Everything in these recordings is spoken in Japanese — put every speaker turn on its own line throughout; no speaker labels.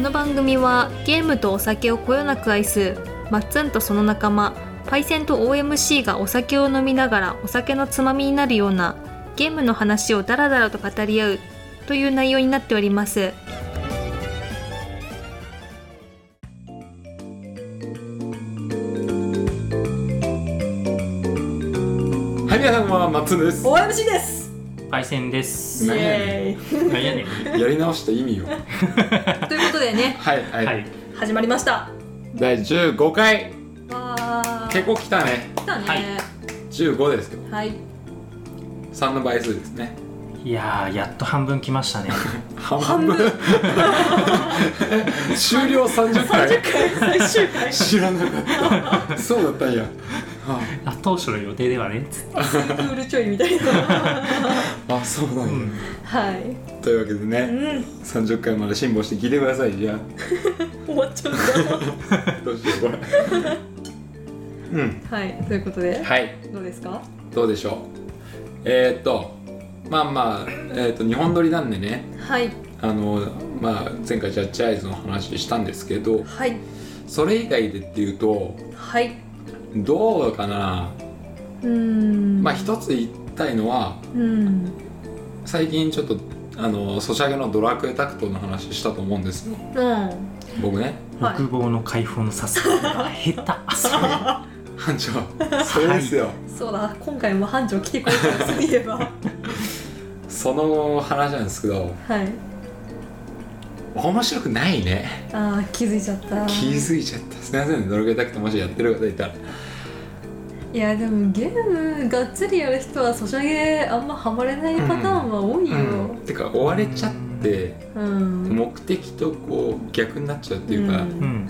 の番組はゲームとお酒をこよなく愛すマッツンとその仲間パイセンと OMC がお酒を飲みながらお酒のつまみになるようなゲームの話をダラダラと語り合うという内容になっております
はい、皆さんは松野です。
OMC です
パイセンです。
何やね
イエーイ
なんやねん。
やり直した意味を。は
ということでね
い、はい、
はい。
始まりました
第15回、
わー
結構来たね。
来たね
はい
15ですけど、
はい、
3の倍数ですね。
いやー、やっと半分来ましたね。
半分。 終了30回。
最終回
知らなかった。そうだったんや。あ
あ、当初の予定ではね。つって
クールちょい みたいな
あ、そうなんや。
うん
はい
というわけで
う
ね、
ん
30回まで辛抱して聞いてください。 じゃ
終わっちゃうん
あ、どうしよう、これ。うん。
だはいということで
はい。
どうですか
どうでしょう。えー、っと、まあまあ、えーっと、日本撮りなんでね。
はい
あのまあ、前回ジャッジアイズの話したんですけど
はい
それ以外でっていうと
はい
どうかな、
うーん
まあ一つ言いたいのは
うん
最近ちょっとあのソシャゲの「ドラクエタクト」の話したと思うんですよ
うん
僕ね
はい
欲望の解放のさすが下手。そう
班長そうですよ、
そうだ今回も班長来てくれたらそういえば
その話なんですけど
はい
面白くないね
あー気づいちゃった
気づいちゃったすいませんねドラクエタクトもしやってる方いたら
いやでもゲームがっつりやる人はソシャゲあんまハマれないパターンは多いよ
うんてか追われちゃって
うん、
目的とこう逆になっちゃうっていうか、
うん
うん。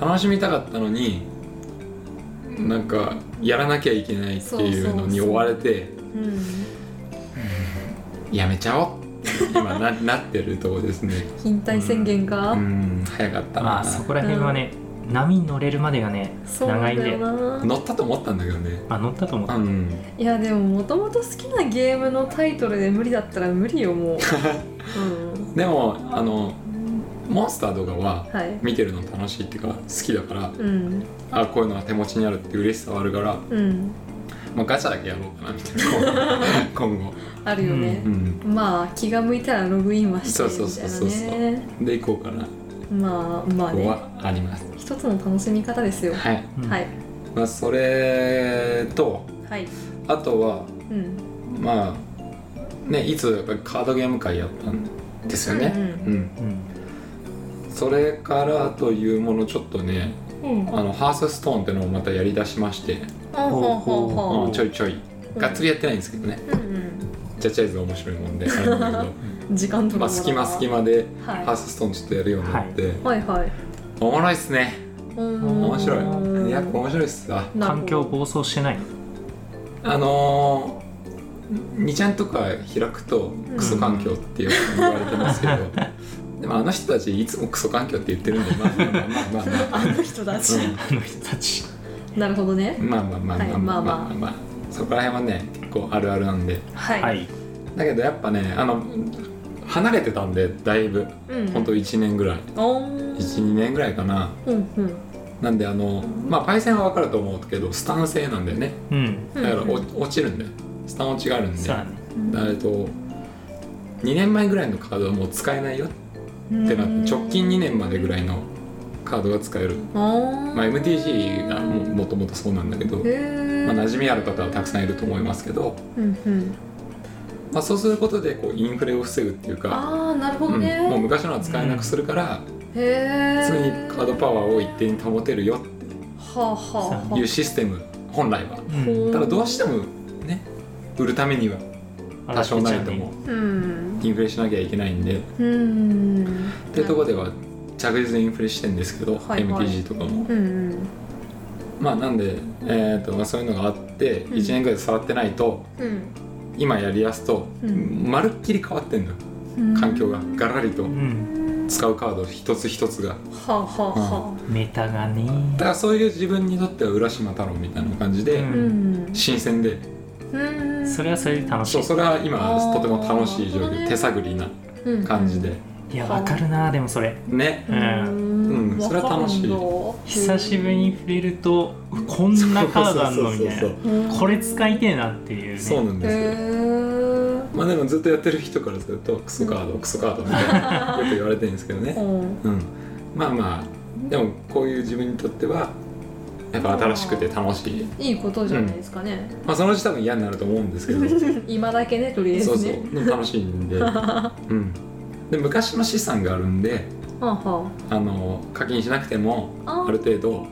楽しみたかったのになんかやらなきゃいけないっていうのに追われて
うん
やめちゃおうって今な なってるとこですね
引退宣言か、
うん早かったな、
まあ、そこら辺はね、波に乗れるまでがね、
そうな
長
ん
いん
だよ
で。
な
乗ったと思ったんだけどね
あ、乗ったと思
う
うん
いやでももともと好きなゲームのタイトルで無理だったら無理よも う、うん、
でもあのモンスターとかは
はい
見てるの楽しいっていうか好きだから
うん
あこういうのが手持ちにあるって嬉しさはあるから、
うん
まあ、ガチャだけやろうかなみたいな 今後、
あるよね
う、ん、
まあ気が向いたらログインはして
そう
る
そう
みたい
そう
な
そうそう
ね
でいこうかなこ
まあまあ
こ
ね
はあります
一つの楽しみ方ですよ
はい、
うん
はい
まあ、それと
はい
あとは
うん
まあねいつやっぱりカードゲーム会やったんですよね、
う
うん
うん。
それからというものちょっとね
うん
あのハースストーンってのをまたやりだしまして、
ほうほうほう
お
う
ほ
んちょいちょい、
うん
がっつりやってないんですけどね
ううん
ジャッジアイズが面白いもんであれなんだけ
うん時間と
ど
か
まあ隙間隙間で
はい
ハースストーンちょっとやるようになって、
はいはい
おもろいっすね面
面
白いやっぱ面白いっすわ
環境暴走してない。
あのー、2ちゃんとか開くとクソ環境ってよく言われてますけど、でもあの人たちいつもクソ環境って言ってるんでまあまあまあまあまあまあ
あの人たち、
あの人たち。
なるほどね
まあまあまあまあまあまあまあまあそこら辺はねこうあるあるなんで
はい、
はい。
だけどやっぱねあの離れてたんでだいぶ
うん、
ほんと1年ぐらい
おー
12年ぐらいかな
うんうん
なんであのまあパイセンは分かると思うけどスタン制なんだよね
うん。
だからお
うん
落ちるんだよスタン落ちがあるんで
そうだね。
えっと2年前ぐらいのカードはもう使えないよってなって直近2年までぐらいのカードが使える、ま
ま
あ、MTG がももともとそうなんだけど、ま
へ
あ、馴
え
染みある方はたくさんいると思いますけど、
うんうん
まあ、そうすることでこうインフレを防ぐっていうか、
ああなるほ
う
ど
ん、
ね、
もう昔のは使えなくするから
へえ
普通にカードパワーを一定に保てるよっ
はあはあ
ていう
は
システム本来は
うん。
ただどうしてもね売るためには多少なりとも
あうん
インフレしなきゃいけないんでっ
うん
ていうところでは着実にインフレしてんですけど、
はいはい
MTG とか
う
も。
んうん
まあなんで、えーとまあ、そういうのがあって
ん
1年ぐらい触ってないと、
うん
今やりやすと、
うん
まるっきり変わってんのよ
うん
環境がガラリと
うん。
使うカード一つ一つが
はあはあは
メタがね。
だからそういう自分にとっては浦島太郎みたいな感じで、
う
あ
ん
うん
新鮮で
うん
それはそれで楽し
そ。
いう
それは今
あー
とても楽しい状況手探りな感じで
いやわかるなでもそれ
ね
うん
うんそれは楽しい
久しぶりに触れるとこんなカードあんのみたい
そう
な
そう
これ使いてえなっていうね
そうそうそうな
へ
んですよ、
え
まあでもずっとやってる人からするとクソカードクソカードみたいなよく言われてるんですけどね
うん
うん、まあまあでもこういう自分にとってはやっぱ新しくて楽しい、
いいことじゃないですかね、
まあ、そのうち多分嫌になると思うんです けど
今だけねとりあえず
そ
ね
うそうでも楽しい んで, 、うん、で昔の資産があるんで
はあは
あの課金しなくても
ああ
ある程度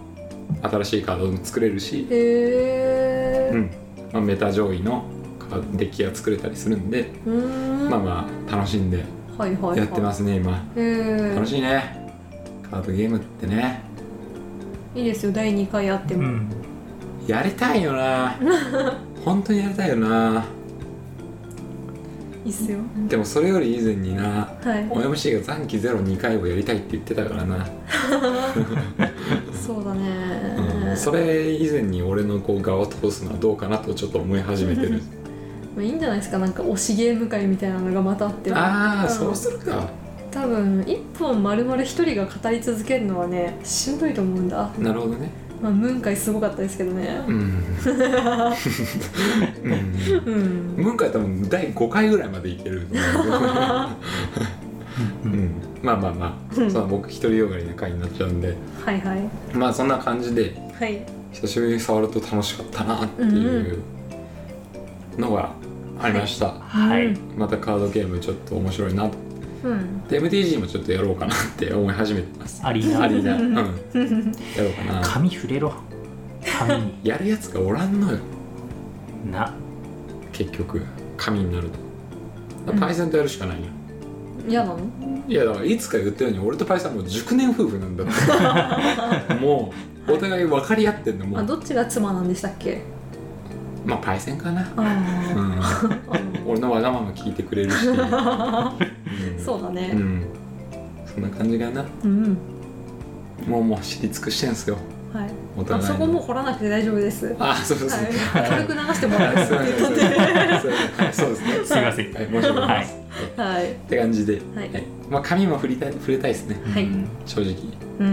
新しいカードも作れるし、
へ
う
え
んまあ、メタ上位のカードデッキが作れたりするんで、
うーん
まあまあ楽しんで
はいはいはい
やってますすね今
へえ
楽しいねカードゲームってね
いいですよ第2回やって
う
も、
ん
やりたい よな本当にやりたいよない
いっすよ
でもそれより以前にな
はい
OMC が残機ゼロ2回をやりたいって言ってたからな、
そうだ
うん
ね
それ以前に俺のこう側を通すのはどうかなとちょっと思い始めてる
まあいいんじゃないですかなんか推しゲーム会みたいなのがまたあっても
ああ
うん
そうするか
多分一本丸々一人が語り続けるのはねしんどいと思うんだ
なるほどね
まあムン会すごかったですけどね
うん うん
うん
文化は多分第5回ぐらいまでいけ る、
う
うん
うん
ん、まあまあまあその僕一人よがりな回になっちゃうんで
はいはい
まあそんな感じで
はい
久しぶりに触ると楽しかったなっていうのがありました、
はい、
うん
またカードゲームちょっと面白いなと
うん
で MTG もちょっとやろうかなって思い始めてます
アリーナ
アリーナうんやろうかな
紙触れろ紙に
やるやつがおらんのよ
な
結局紙になるとだ
うん
からパイセンとやるしかないよ、
嫌なの
いやだからいつか言ったように俺とパイセンはもう熟年夫婦なんだって もうお互い分かり合ってんのも
あ
う
どっちが妻なんでしたっけ
まあパイセンかな
あ
う
ー
ん俺のわがまま聞いて くれるし、うん
そうだ
う
ね
んそんな感じかな
うん
もうもう知り尽くしてんすよ
はい
お
あ
互い
そ
の
こもう掘らなくて大丈夫ですは
あそうそうそう、
い軽く流してもらう
はい
です
すいませんすいませんそうですね
すいません
はい申し訳ないです、
はい
って感じで、
はい
はいまあ、髪も振りたい触れたいですね
はい
うん
正直
うん、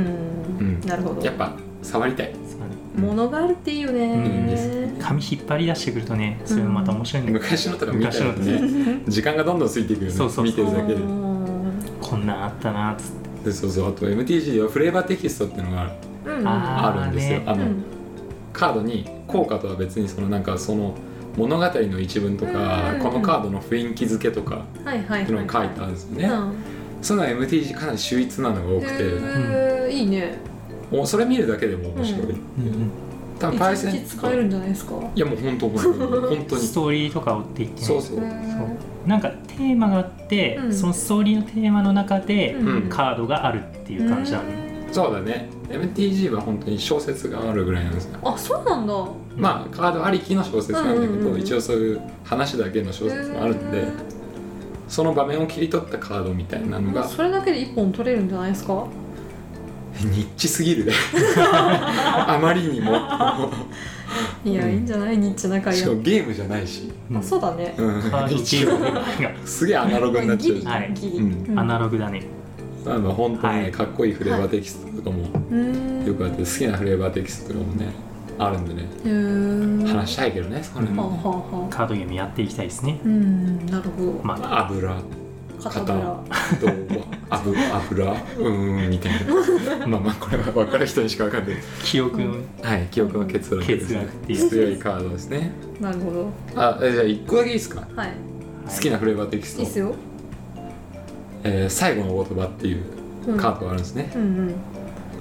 うん
なるほど
やっぱ触りたい
そうね
物があるっていいよね、
うんいいです紙引っ張り出してくるとねそれもまた面白いんだけど、
昔のとか見たら
昔の
ね時間がどんどんついていくよね
そうそうそう
見てるだけで
うん
こんなんあったなっつって
でそうそうあと MTG はフレーバーテキストっていうのが
うん
あ
あるんですよ
あーね
あ
う
の、
ん
カードに効果とは別にそのなんかその物語の一文とか、
うん
このカードの雰囲気付けとか
はいはいはい、
っていうのが書いてあるんですよね、
うん
そういうのは MTG かなり秀逸なのが多くて、
へーいいね
もうそれ見るだけでも面白い、
う
うん
多分パイ
一
セ
日
ン
使えるんじゃないですか
いやもう本当本当本
う
当
ん、
に
ストーリーとか追っていってね
そうそう、
そうなんかテーマがあって、
うん
そのストーリーのテーマの中で、
うん
カードがあるっていう感じなの、ね
そうだね MTG は本当に小説があるぐらいなんですよ
あそうなんだ
まあカードありきの小説なんだけど、
うんうんうん
一応そういう話だけの小説もあるんで、
へ
その場面を切り取ったカードみたいなの
ー
が
それだけで一本取れるんじゃないですか
ニッチすぎ るねあまりにも
いや、
うん
いいんじゃないニッチな会
し
話
かもゲームじゃないし、
あそうだね
うん
カードゲ
一
ー
応
ムが
すげえアナログになっ
ギ
ちゃう
リ
し
はいう
ギリ、
う
アナログだね、
まあまあ本当にね、
はい
かっこいいフレーバーテキストとかも
うん
よくあって好きなフレーバーテキストとかもねあるんでね
へーは
話したいけどねそれ
あは
も、
あはあ
カードゲームやっていきたいですね
うんなるほど
まあ
油
肩ぶら
どう油油うーんみたい なまあまあこれは分かる人にしか分かんない
記憶の
はい記憶の欠落です
欠落
ね
っていう
強いカードですね
なるほど
あえじゃあ1個だけいいですか
はい
好きなフレーバーテキス
いいっ
ト
すよ、
「えー最後の言葉」っていう
うん、
カードがあるんですね
うん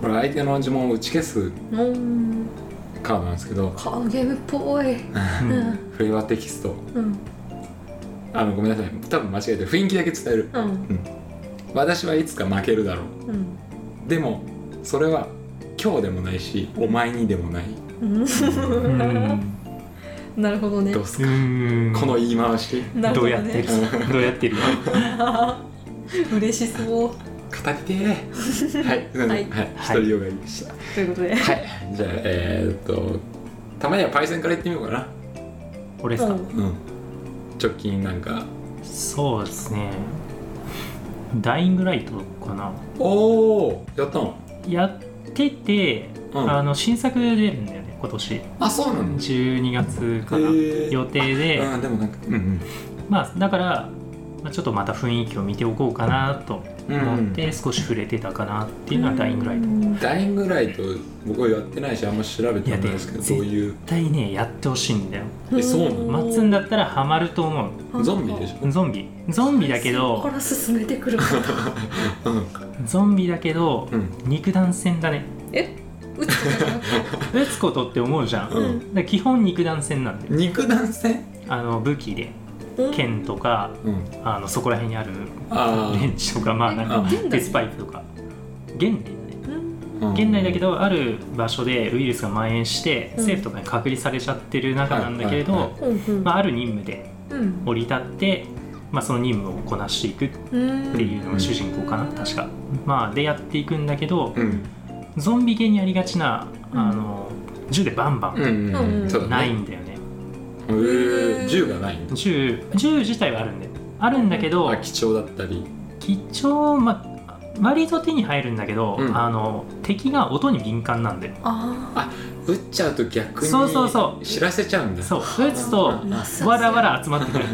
これ相手の呪文を打ち消す
うんうん
カードなんですけど
カードゲームっぽい
うん
うん
フレーバーテキスト
うん
あのごめんなさい多分間違えて雰囲気だけ伝える
うん
私はいつか負けるだろ
うん
うでもそれは今日でもないしお前にでもない
うん
うん
なるほどね
どうす
う
か
ん
この言い回し
なる
ど
ほ
う
ね
やってる どうやってるよ
嬉しそう
語りてーはい、すいません
は
はいい、一人よがりでした。は
ということで
い、じゃあ、えー、っと、たまにはパイセンから行ってみようかな。
俺ですか、
うん
うん。直近なんか、
そうですねダイイングライトかな
おおやったの
やってて、
うん
あの新作出るんだよね今年
あそうなんだ
12月かな、
へー
予定で、
あーでもなんかうん
まあだから、まあ、ちょっとまた雰囲気を見ておこうかなと
うんうん
思って少し触れてたかなっていうのはダイイングライト、絶
ダイイングライト僕はやってないしあんま調べてないんですけど
いや
どういう
対ねやってほしいんだよ
えそうなの
マッツンだったらハマると思
ゾンビでし
うゾンビゾンビだけ
こ
ど
ら進めて くるかと
ょうん
ゾンビだけど、
うん
肉弾戦だね
え撃つ
撃つことって思うじゃん、
う
だか
ん
ら基本肉弾戦なんで
肉弾戦
あの武器で
の
剣とか
うん
あのそこら辺にある
あ
レンチとかまあなんか
あ
現代
鉄パイプとか現代だね
うん
あ
現代だけ
ど
どある場所でウイルスが蔓延して
うん
政府とかに隔離されちゃってる中なんだけれ
はいはい
ど、
うんうん
まあ、ある任務で
うん
降り立って、まあ、その任務をこなしていくっ
うん
ていうのが主人公かな確か。まあ、でやっていくんだけど
うん
ゾンビ系にありがちな
うん
あの銃でバンバ
う
ン
ん
うん
そうだね
ないんだよね。
へー銃がないんだ
銃銃自体はあるんだよあるんだけど
あ貴重だったり
貴重ま割と手に入るんだけど、
うん
あの敵が音に敏感なんだよ
あ
撃っちゃうと逆
そうそうそ
に知らせちゃうんだ
そう撃つと
あ
あ
わらわら集ま ってくる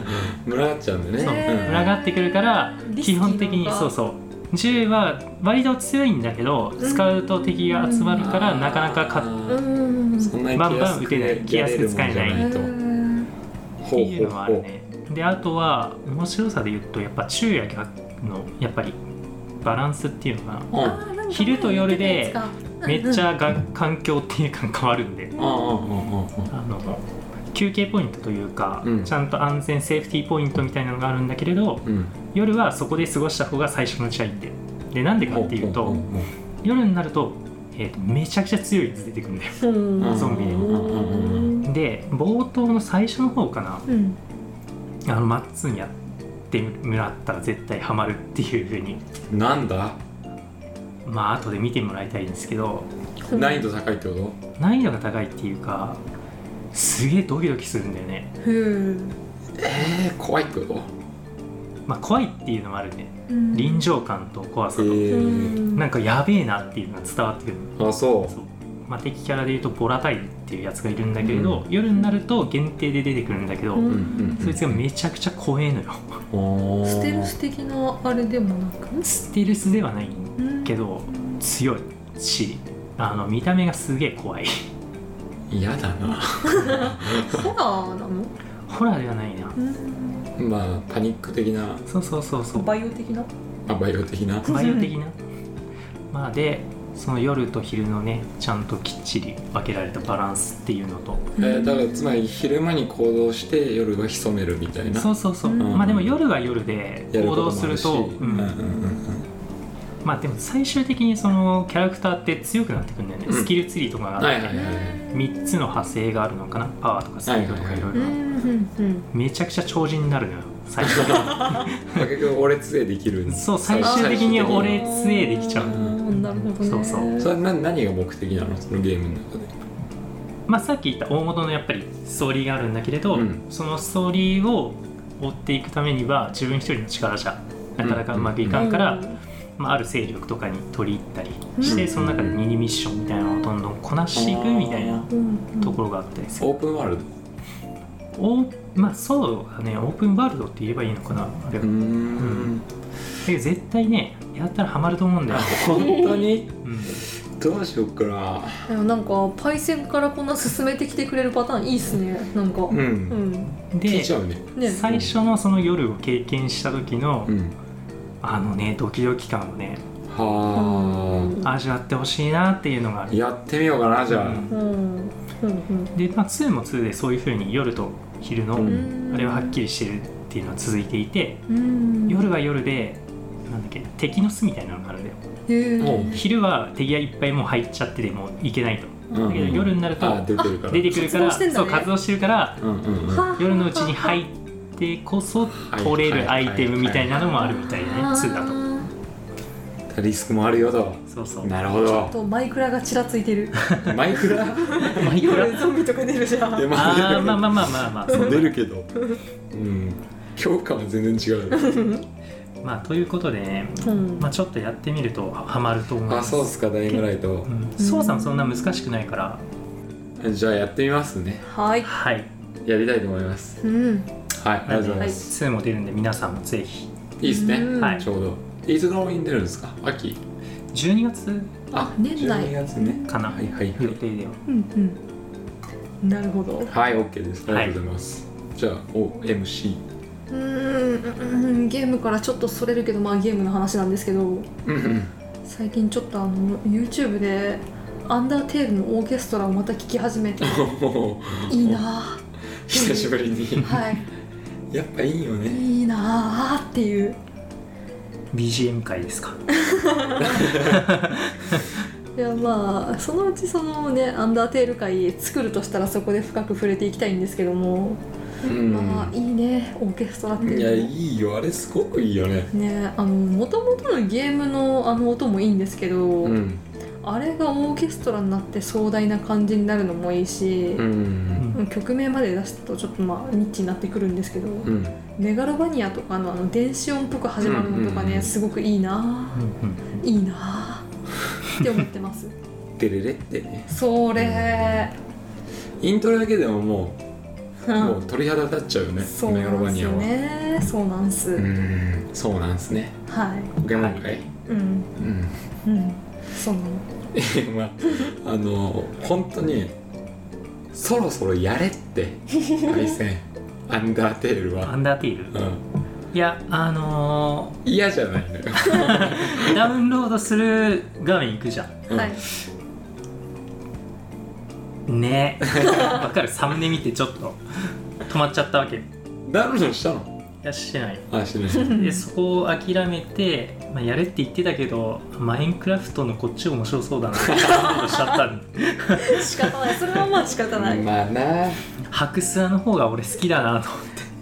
群がっちゃうんだ
そう
よね
群がってくるから
リスキ
基
ーなの
本
か
的にそうそう銃は割と強いんだけど使うと敵が集まるからなかなか勝っ
か
うん
そんなに
バンバン撃てない
気安くやれるもんじゃ
うん
と
て
ほ
いうのはある
ほ
ねであとは面白さで言うとやっぱ昼夜逆のやっぱりバランスっていうのが
うほう
あーなんか
昼と夜でめっち
ゃ
ゃが環境っていうか変わるんで
うんうんうんうんうん
あの休憩ポイントというか、
うん
ちゃんと安全セーフティーポイントみたいなのがあるんだけれど
うん
夜はそこで過ごした方が最初のうちはいいってでなんでかっていうと、
ほほ
夜になると,、えーとめちゃくちゃ強いやつ出てくるんだよ
ゾ
ゾンビで
うん
で冒頭の最初の方かな
うん
あのマッツンやってもらったら絶対ハマるっていうふうに
ほなんだ
まあ後で見てもらいたいんですけど
難易度高いってこ
難易度が高いっていうかすげえドキドキするんだよね
ふう
とえー、怖いってこと
まあ怖いっていうのもあるね
うん
臨場感と怖さ
え
と、
ー、
なんかやべえなっていうのが伝わってくる
あそ
そうまあ、敵キャラでいうとボラタイルっていうやつがいるんだけれど、夜になると限定で出てくるんだけど、
う
ううん
そいつがめちゃくちゃ怖えのよ
おー
ステルス的なあれでもなく
ステルスではないけど強いしあの見た目がすげえ怖い
嫌だ
ホ
な
ラーなの
ホラーではないな
うん
まあパニック的な
そうそうそうそうバ
バイオ的な
まあバイオ的な
イオ的なまあでその夜と昼のねちゃんときっちり分けられたバランスっていうのと
えー、だからつまり昼間に行動して夜は潜めるみたいな
そうそうそう、
うん
まあでも夜は夜で
やる
行
こと
動
も
す
ある
る
し
と
う
うん
うん
ん
うん
まあでも最終的にそのキャラクターって強くなってくるんだよね、
うん
スキルツリーとか
う
が
ん
あ
は
って、
いはいはいはい
3つの派生があるのかなパワーとかスピードとかいろい
うん
ろ
うんうん
めちゃくちゃ超人になるのよ最初
結局俺杖できる
そう最終的に俺杖できちゃう
うんなるほどね
そうそう
それな何が目的なのそのゲームの中で
まあさっき言った大元のやっぱりストーリーがあるんだけれど、
うん
そのストーリーを追っていくためには自分一人の力じゃなかなかうまくいかんから、まあ、ある勢力とかに取り入ったりして、
うん
その中でミニミッションみたいなのをどんどんこなしていくみたいな
うん
ところがあったりする、
オープンワールド
おまあそうだねオープンワールドって言えばいいのかなあれは、
うー
だ
ん
けど絶対ねやったらハマると思うんだよ、
本当に
うん
どうしようかな
でもなんかパイセンからこんな進めてきてくれるパターンいいっすねなんかう
う
んん
聞
で
いちゃうね
ね
最初のその夜を経験した時の、
うん
あのねドキドキ感をね
は
味わってほしいなっていうのがあ
あ
る
やってみようかなじゃ
うん
うんうん
で、まあ、2も2でそういうふうに夜と昼の、
うん
うん
あれははっきりしてるっていうのは続いていて、
うん
夜は夜でなんだっけ敵の巣みたいなのがあるんだよ
へ
もう
ー
昼は敵がいっぱいもう入っちゃっててもういけないと
あうん
だけど夜になると
あ出てるから
出てくるから
活動してんだ
そ
ね
う活動してるから
うんうんうん
は
夜のうちに入ってこそ
い
取れるアイテムみたいなのもあるみたいね
あー
2だと
リスクもあるよと
そうそう
なるほ
あ
ど
とマイクラがちらついてる
マイクラ
マイクラ
夜ゾンビとか出るじゃん
でも
あーまあまあまあまあまあそう
出るけどうん強化は全然違う
まあということでね、
うん
まあ、ちょっとやってみるとハマると思い
あ
ます
そうですかダイムライト
う、ん操作もそんな難しくないから
じゃあやってみますね
はい。
はい
やりたいと思います
うん。
はいありがとうございます、
2も出るんで皆さんもぜひ
い、いですね、
うん
はい
ちょうどいつ頃に出るんですか秋
12月
あ年内
12月ね
かな
はいはいは
予
い
定では
うんうん。なるほど。
はい OK ですありがとうございます、じゃあ OMC
うーんうんゲームからちょっとそれるけどまあゲームの話なんですけど
うんうん
最近ちょっとあの YouTube で「アンダーテール」のオーケストラをまた聴き始めて
おー
いいな
久しぶりに
ぁはい
やっぱいいよね
いいなぁっていう
BGM 会ですか
いやまあそのうちそのね「アンダーテール」会作るとしたらそこで深く触れていきたいんですけども、
うん
まあいいねオーケストラって
いや
いうのも
いいよあれすごくいいよね
ねあの元々のゲームのあの音もいいんですけど、
うん
あれがオーケストラになって壮大な感じになるのもいいし、
うん
曲名まで出すとちょっとまあニッチになってくるんですけど、
うん
メガロバニアとかのあの電子音っぽく始まるのとかね、
うんうんうん
すごくいいな
う
ぁ
ん
いいなぁって思ってます
デレレってね
それ
イントロだけでもも
う
う、
ん
もう鳥肌立っちゃうよね
そう
メガロ
な
バ
んす
ニア
よ
は
ねそうなんす、
うんそうなんすね
はい
ポケモン界、
うん
うん
うんそうなの
え まああの本当にそろそろやれって敗 戦アンダーテール
ア
は、
ンダーテール
うん、
いやあの
嫌じゃないのよ、
ーダウンロードする画面いくじゃ
うん
はい
んねわかるサムネ見てちょっと止まっちゃったわけい
ダウンロードしたの
やしてない
あしない
でそこを諦めて、まあ、やれって言ってたけどマインクラフトのこっち面白そうだなってことしちゃったんで
仕方ないそれはまあ仕方ない、
まあな
ハクスアの方が俺好きだなと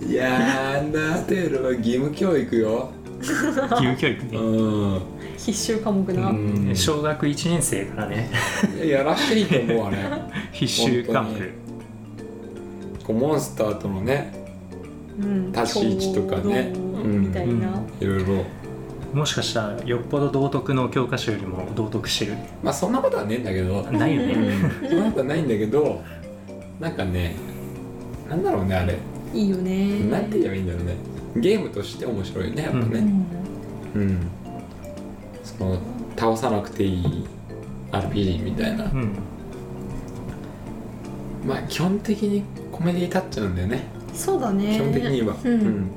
いやーアンダーテールは義務教育よ
義務教育
う
ね、
ん、
必修科目な、
うん、
小学1年生からね
やらしいと思うあれ
必修科目
本当にこうモンスターとのね
うん
立ち位置とかね
共同みたいな、
うん
いろいろ
もしかしたらよっぽど道徳の教科書よりも道徳してる
まあそんなことはねえんだけど
ないよ
う
ね
んそんなことはないんだけどなんかねなんだろうねあれ
いいよね
なんて言えばいいんだろうねゲームとして面白いねやっぱ
う
ね
ん
うん、その倒さなくていい RPG みたいな
うん
まあ基本的にコメディ立っちゃうんだよね
そうだね
基本的には、
うん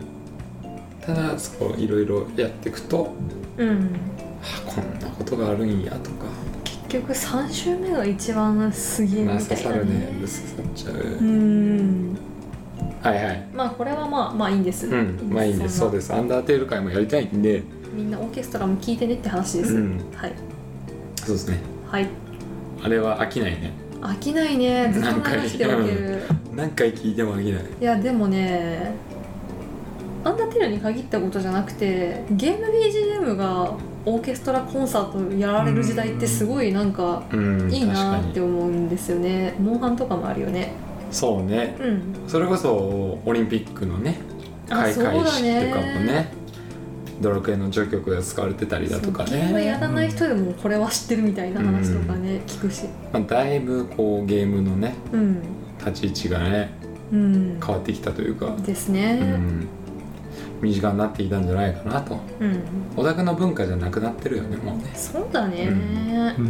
ただそこいろいろやっていくと
うん
あこんなことがあるんやとか
結局3週目が一番すげえみたい
まあ
な
刺さるね刺さっちゃう、
うん
はいはい
まあこれはまあまあいいんです
うんまあいいんですそうですすアンダーテール会もやりたいんで
みんなオーケストラも聞いてねって話です、
うん
はい
そうですね
はい
あれは飽きないね
飽きないねずっと流しておける
何回聞いても飽きない
いやでもねアンダーテールに限ったことじゃなくてゲーム BGM がオーケストラコンサートやられる時代ってすごいなんか
うん
いいな
確
っ
か
て
に
思うんですよねモンハンとかもあるよね
そうね
うん
それこそオリンピックのね
あ
開会式とか
そ
も
うだ
ね
ね
ドラクエの序曲が使われてたりだとか
そうゲームや
ね、
らない人でもこれは知ってるみたいな話とかね、聞くし
まあ、だいぶこうゲームのね
うん
立ち位置がね
うん
変わってきたというか、
です
う
ね
ん、身近になっていたんじゃないかなと
うん、
オタクの文化じゃなくなってるよねもうね
そうだね
うん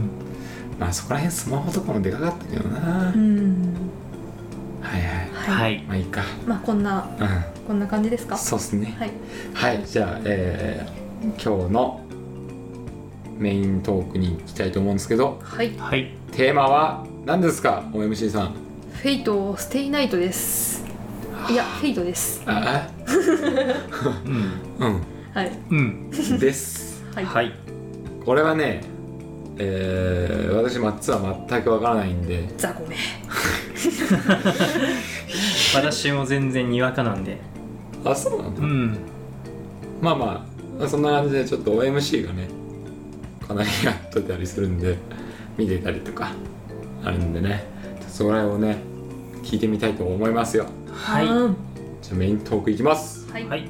まあそこら辺スマホとかもでかかったけどな、
うん、
はいはい
は
はいい
まあいいか
まあこんな
う
こんな感じですか
んそうっすね
はい
はいじゃあ、えー今日のメイントークに行きたいと思うんですけど
はい
はい
テーマは何ですか OMC さん
フェイトステイナイトですいやフェイトです
あ
うん
あうん
はい
うん
です
はい、
はい
これはねえー、私マッツは全くわからないんで
ザコめ
私も全然にわかなんで
あそうなんだ、
うん
まあまあそんな感じでちょっと OMC がねかなりやっとたりするんで見てたりとかあるんでねそこら辺をね聞いてみたいと思いますよ
はい
うん
じゃあメイントークいきます
はい
はい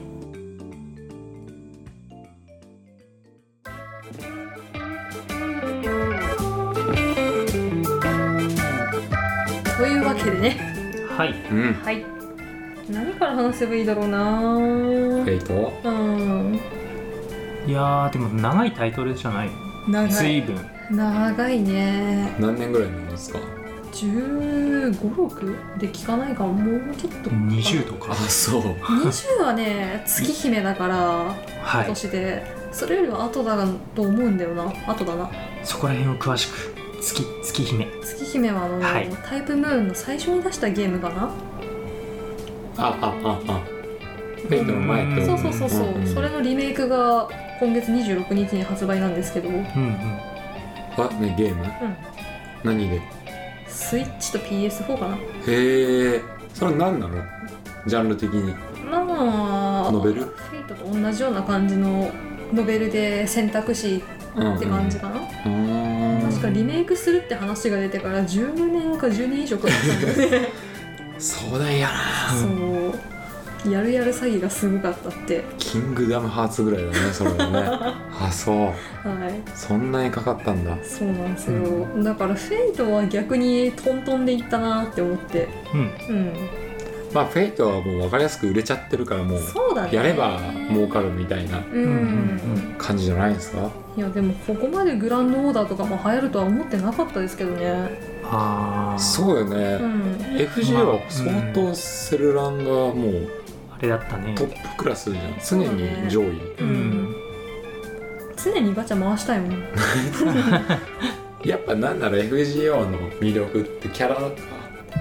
はい
うん
はい
何から話せばいいだろうな
フェイト
うん
いやーでも長いタイトルじゃない
長
随
い
分
長いね
何年ぐらいになりますか
1 5六6で聞かないからもうちょっと
20と
あ
か
そう
20は ね月姫だから
は
今
い
年で、それよりは後だと思うんだよな後だな
そこら辺を詳しく月月姫
月姫はあの、
はい
タイプムーンの最初に出したゲームかな、
ああああフェイトの前って
ん
そうそうそうそう、
んん
それのリメイクが今月26日に発売なんですけど、うん、
うんうん
あねゲーム何で
スイッチと PS4 かな
へえそれは何なのジャンル的に
まあ
ノベル
フェイトと同じような感じのノベルで選択肢って感じかな、
うー
確かリメイクするって話が出てから10年か10年以上かかったんだ よね
ん壮大やな
そうやるやる詐欺がすごかったって
キングダムハーツぐらいだねそれ はねあそう
はい
そんなにかかったんだ
そうなんですよ、だからフェイトは逆にトントンでいったなって思って
うん
うん
まあフェイトはもう分かりやすく売れちゃってるからもう
そうだね
やれば儲かるみたいな
うん、
うんうん
感じじゃないですか
いやでもここまでグランドオーダーとかも流行るとは思ってなかったですけどね
ああ
そうよ
う
ね、
ん
FJ は相当セルランがもう
あれだったね
トップクラスじゃん常に上位
うん常にガチャ回したいもん
やっぱなんなら FGO の魅力ってキャラか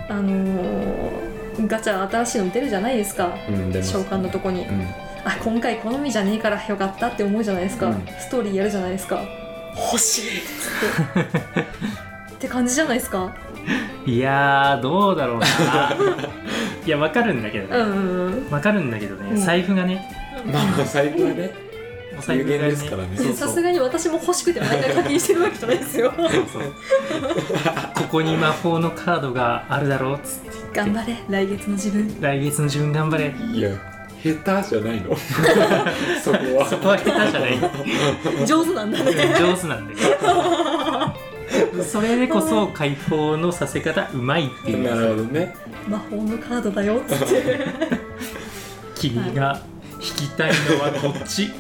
あのー、ガチャ新しいの出るじゃないですか
うん出ます
召喚のとこに
うん
あ今回好みじゃねえからよかったって思うじゃないですか、
うん
ストーリーやるじゃないですか欲しいっつってって感じじゃないですか
いやーどうだろうな いやわかるんだけど
う
ね
んうんうん
わかるんだけどね、
うん
財布がね
まあまあ最高はね
お財
有
布が
限
ね
ですからね
そう
さ
そう
すがに私も欲しくて毎回課金してるわけじゃない ですよ
そうそうここに魔法のカードがあるだろうっつって
頑張れ来月の自分
来月の自分頑張れ
いや下手じゃない のそこは
そこは下手じゃない
上手なんだね
上手なんでそれでこそ解放のさせ方うまいっていう
なるほどね
魔法のカードだよっつって
君が引きたいのはこっち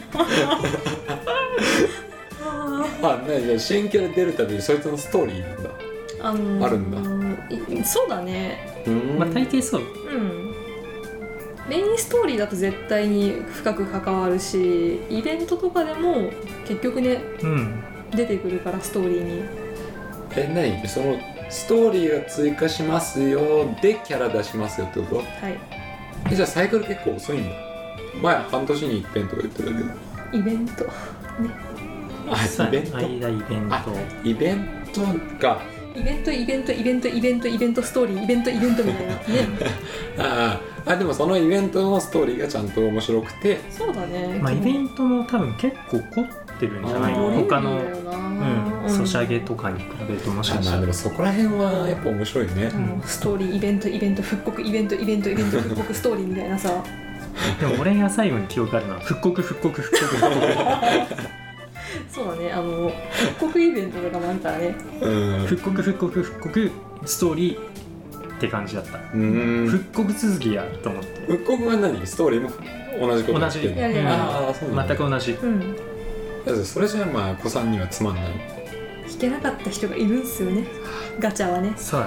あ
あなじゃあ新キャラ出るたびにそいつのストーリーなんだ
ーあのー、
ある
んだそうだね
うん
まあ大抵そう
うんメインストーリーだと絶対に深く関わるしイベントとかでも結局ね
うん
出てくるからストーリーに
え何そのストーリーが追加しますよでキャラ出しますよってこと
はい
えじゃあサイクル結構遅いんだ前半年に一遍とか言ってたけど
イベント
あイベン
間イベン
あ
ト
トイベントか
イベントイベントイベントイベントイベントストーリーイベントイベントみた いなね
あああでもそのイベントのストーリーがちゃんと面白くて
そうだね
まあイベントも多分結構凝ってるんじゃない
あー
他の
う
うんソシャゲとかに比べるともしかし
ま
た
あで
ら
もそこら辺はやっぱ面白いね
あのストーリーイベントイベント復刻イベントイベントイベント復刻ストーリーみたいなさ
でも俺が最後に記憶あるのは復刻復刻復刻復刻
そうだねあの復刻イベントとかもあるからね
うんう
復刻復刻復刻ストーリーって感じだった
ーん
復刻続きやと思って
復刻は何ストーリーも同じことやってる
同じ
やるやる
ああそうなんだ
全く同じ
うん
だってそれじゃあまあ子さんにはつまんない
弾けなかった人がいるんすよねガチャはね
そうだ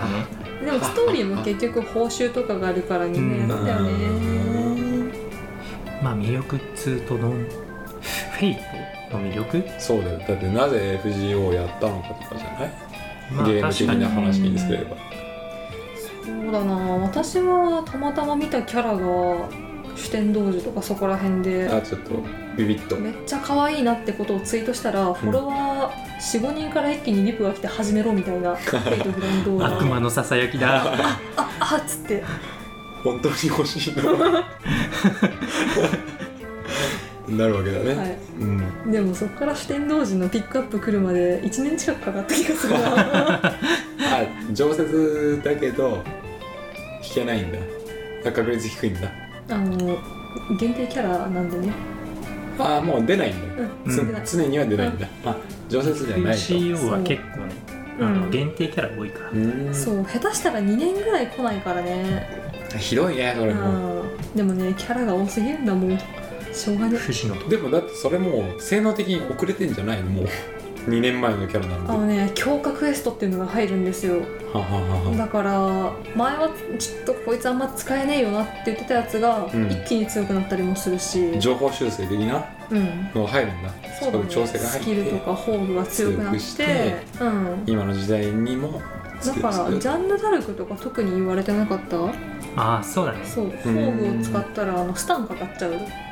で
ね
もストーリーも結局報酬とかがあるからみんなやったよね
まあ魅力っつうとのフェイトの魅力
そうだよだってなぜ FGO をやったのかとかじゃない、
まあ
ゲーム
確
的
かに
な話にすれば
そうだな私はたまたま見たキャラが主天童子とかそこら辺で
あちょっとビビッと
めっちゃ可愛いなってことをツイートしたらフォロワー45人から一気にリプが来て始めろみたいな「フェイトグランドオーダー
悪魔のささやきだ
ああっつって
本当に欲しいのなるわけだね、
はい
うん
でもそこから主天童子のピックアップ来るまで1年近くかかった気がする な
あ常設だけど引けないんだ確率低いんだ
あの限定キャラなんでね
ああもう出ないんだ、
うん
うん
つ常には出ないんだ、あ常設じゃないと
FGO は結構ねあ
う
の
ん
限定キャラ多いから、
うん
そう下手したら2年ぐらい来ないからね
ひどいねそれも
うんでもねキャラが多すぎるんだもんしょうがね
藤野と
でもだってそれもう性能的に遅れてんじゃないのもう2年前のキャラなんで
あ
は
のね強化クエストっていうのが入るんですよ
ははは
だから前はちょっとこいつあんま使えねえよなって言ってたやつが
うん
一気に強くなったりもするし、
情報修正的な
うん
のが入るんだ
そうだ
こ
ね
で調整が
ス
入
キ
っ
ルと
て
かフォームが強くなって
強くして
うん、
今の時代にも
だから
作る
ジャンヌ・ダルクとか特に言われてなかった
ああそうだね
そうフォームを使ったらあのスタンかかっちゃ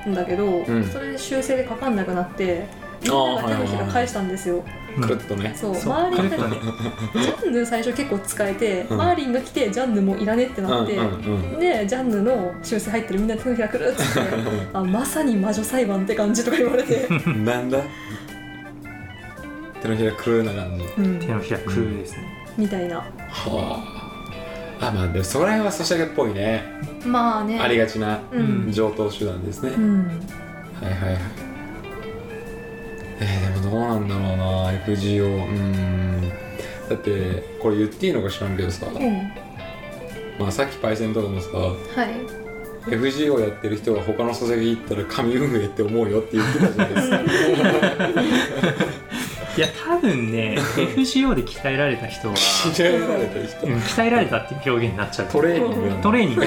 うんだけど、
うん
それで修正でかかんなくなってみんなが手のひら返したんですよ
くるっとね
そう
そう
周りが
くる
なん
っと
かジャンヌ最初結構使えて、
うん
マーリンが来てジャンヌもいらねって
うん
なって、
うん
でジャンヌの修正入ってるみんな手のひらくるっつってあまさに魔女裁判って感じとか言われて、
うんなんだ手のひらく るような感じ
うん
手のひらくるですね、
みたいな
はああまあでもそれはソシャゲっぽいね
まあね
ありがちな
うん、
上等手段ですね、
うん、
はいはいはいえー、でもどうなんだろうな FGO うーんだってこれ言っていいのか知らんけどさ、
うん
まあ、さっきパイセンとかもさ
はい
FGO やってる人が他のソシャゲ行ったら神運営って思うよって言ってたじゃないですか
いや多 分ね FGO で鍛えられた人は
鍛えられた人
うん鍛えられたっていう表現になっちゃう
トレーニングなんだ
トレーニング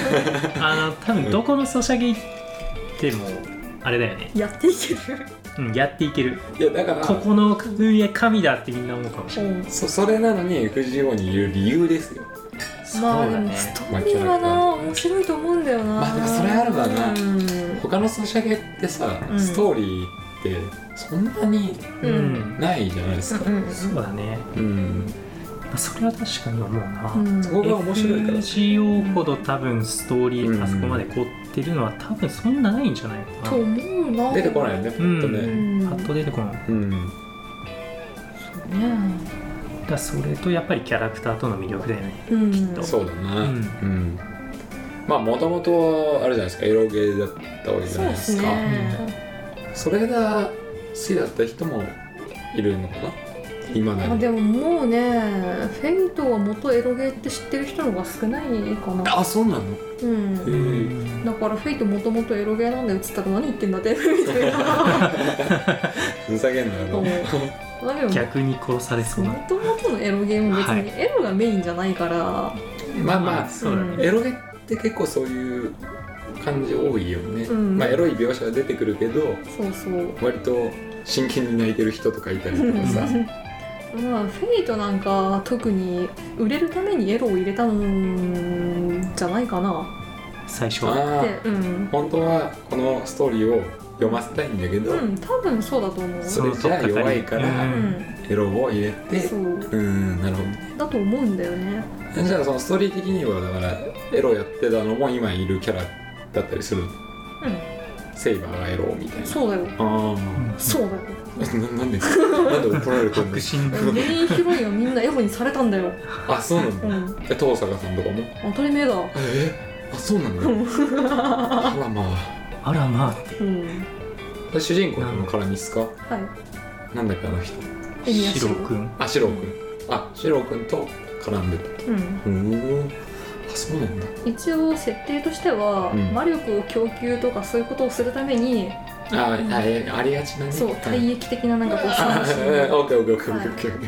あの多分どこのソシャゲ行ってもあれだよね、
やっていける
うん、やっていける
いやだから
ここの運営神だってみんな思うかもしれない、
そそれなのに FGO にいる理由ですよ
まあ
そう
で
だ
も
ね
ストーリーはな面白いと思うんだよな
まあでもそれあるわな
うん
他のソシャゲってさ、
うん
ストーリーってそんなに
うん、
ないじゃないですか
うん
そうだね、
うん、
まあ、それは確かに思うな、
うん
そこが面白いから
FGO ほど多分ストーリ
うん
ーあそこまで凝ってるのは多分そんなないんじゃないか
と
な、
思うな
出てこないよね、パッと
う
ね。
ん
パッと出てこない
うん。
ね
だからそれとやっぱりキャラクターとの魅力だよね
うん
と
そうだな。う
うん
ん。まあ、もともと、あれじゃないですか、エロゲーだったわけじゃ
そう
な
で
いですすか。
ね
それが好きだった人もいるのかな今だ
あ
に。
でももうねフェイトは元エロゲーって知ってる人の方が少ないかな
あ、そうなの
うんだからフェイトもともとエロゲーなんだよっつったら何言ってん だってみたいな
ふざけんなよな。
まあでも
逆に殺されそうな
もともとのエロゲーも別
はい
にエロがメインじゃないから、
まあまあ、
そうだね、
エロゲって結構そういう感じ多いよね。
うん
まあ、エロい描写は出てくるけど、
そうそう
割と真剣に泣いてる人とかいたりとかさ。
まあフェイトなんか特に売れるためにエロを入れたんじゃないかな
最初は
ああ、
ってうん、
本当はこのストーリーを読ませたいんだけど、
うん、多分そうだと思う
それじゃあ弱いから
う
うん
ん、
エロを入れて
そう
うんなるほ
だと思うんだよね
どじゃあそのストーリー的にはだからエロやってたのも今いるキャラだったりする
う
セイバーがエロみたい
ん
な
そうだよ
あ
そうだよ
あななんでなんで怒られるん
確信
メインヒロインはみんなエロにされたんだ よ、
あそうなん
う
だ
ん、
え登坂さんとかも
当たり前だ
えあそうなんだ
うん
あらまあ
あらまあ
うん
主人公のからミスか
は
なんだっけあの人
いエミヤ
シロくん
あシロウくんあシロウくんと絡んでた
うん、
うんあそうなんだ
一応設定としては、
うん
魔力を供給とかそういうことをするために
ああえありがちなね
そう
はい
体液的ななんかこう
あ
三振
ー オッケーオッケーオッケー
はい
オッケーオッ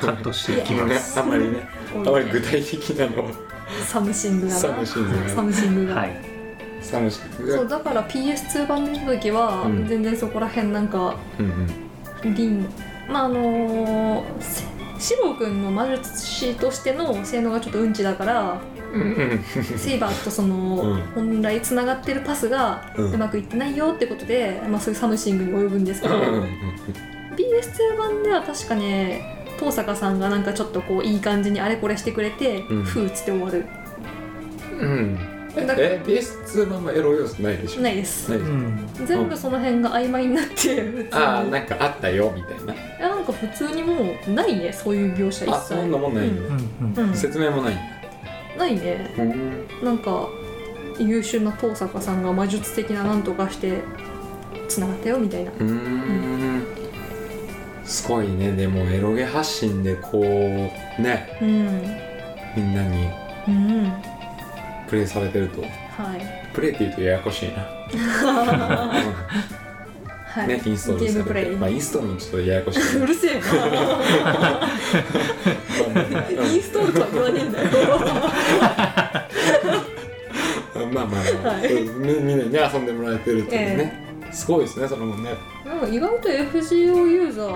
ケ
カットしていきま
ー
す
あんまりねあんまり具体的なのは
サムシングだな
サムシング
サ
が
ムシングが、
はい
サムシング
そう
が
だから PS2 版出た時は、
うん
全然そこら辺なんか
うんうん
リンまああのーせシロウ君の魔術師としての性能がちょっとうんちだから
うん
セイバーとその、
うん
本来つながってるパスが
うん
うまくいってないよってことで、まあ、そういうサムシングに及ぶんですけど、
うんうん
PS2 版では確かね登坂さんがなんかちょっとこういい感じにあれこれしてくれて、
うん
ふーっつって終わる
うんうん
だから
え PS2 版はエロ要素ないでしょ
ないです
ないうでしょ
ん
全部その辺が曖昧になって普通に
ああなんかあったよみたいない
やなんか普通にもうないねそういう描写一切
あそんなもんないん
うんうん
うん、
説明もないんだ
ないね
うん
なんか優秀な登坂さんが魔術的ななんとかしてつながったよみたいな
うーんすごいねでもエロゲ発信でこうね
うん
みんなに
うん
プレイされてると
はい
プレイって言うとややこしいな、
はい
ねインストー
ゲ
ル
ーム
さ
プ
れて
レイ、
まあインストールもちょっとややこしいう
るせ えなインストールとは言わねえんだよ
まあまあ、まあ
はい
みみんなに遊んでもらえてるっていうね、すごいですねそれもね
でも意外と FGO ユーザー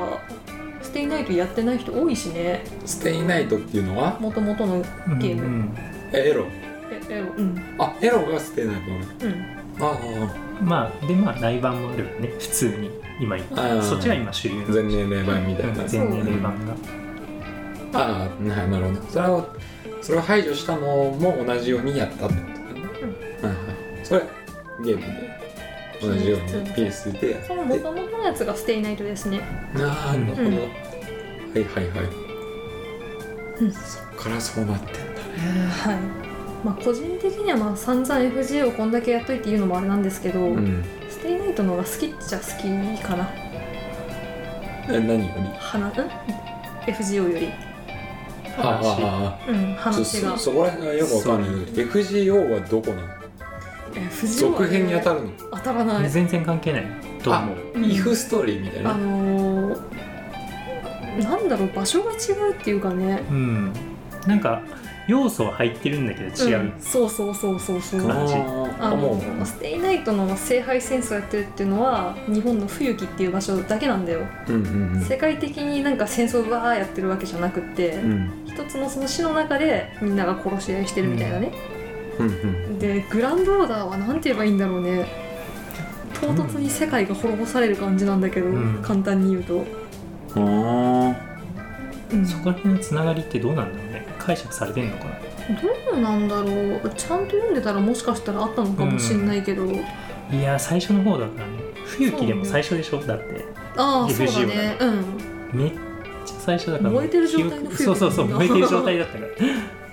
ステイナイトやってない人多いしね
ステイナイトっていうのは
もともとのゲーム、
うん
えエロ
ええうん
あエロがステイナイトなの
うん
あ
まあでまあ内版もあるよね普通に今言っ
あああ
たそっちが今主流
あ
の
全年齢版みたいな、
全年齢版が
ああななるほどそれをそれを排除したのも同じようにやったってことかな、はいはいそれゲームで同じように PS でやって
そのもともとのやつがステイナイトですね
なるほど、
うん
はいはいはい、
うん
そっからそうなってんだね
はいまあ個人的にはまあ散々 FGO をこんだけやっといて言うのもあれなんですけど、
うん
ステイナイトの方が好きっちゃ好きかな
え何より
花うん FGO より
あ
話
あ
うん
ああそ
話が
そそこら辺はよくわかんないけど FGO はどこなの
FGO は
続
ね
編に当たるの
当たらない
全然関係ないと思う
うん
イフストーリーみたい
あ
な
のー、なんだろう場所が違うっていうかね
うんなんか要素は入ってるんだけど違う、
んそうそうそうそうそう
あ感じ
あ
あ
あもう
のステイナイトの聖杯戦争やってるっていうのは日本の冬季っていう場所だけなんだよ、
うんうん
世界的になんか戦争バーやってるわけじゃなくって、
うんうん
一つのその市の中でみんなが殺し合いしてるみたいなね、
うんうん
でグランドオーダーは何て言えばいいんだろうね唐突に世界が滅ぼされる感じなんだけど、
うん
簡単に言うと、
ああ
うん
そこら辺のつながりってどうなんだろうね解釈されてんのかな
どうなんだろうちゃんと読んでたらもしかしたらあったのかもしんないけど、
いやー最初の方だからね冬木でも最初でしょだって
ああそう
FGO
だねうん
めっちゃ最初だから
燃えてる状態の
記憶
冬木
そうそうそう燃えてる状態だったから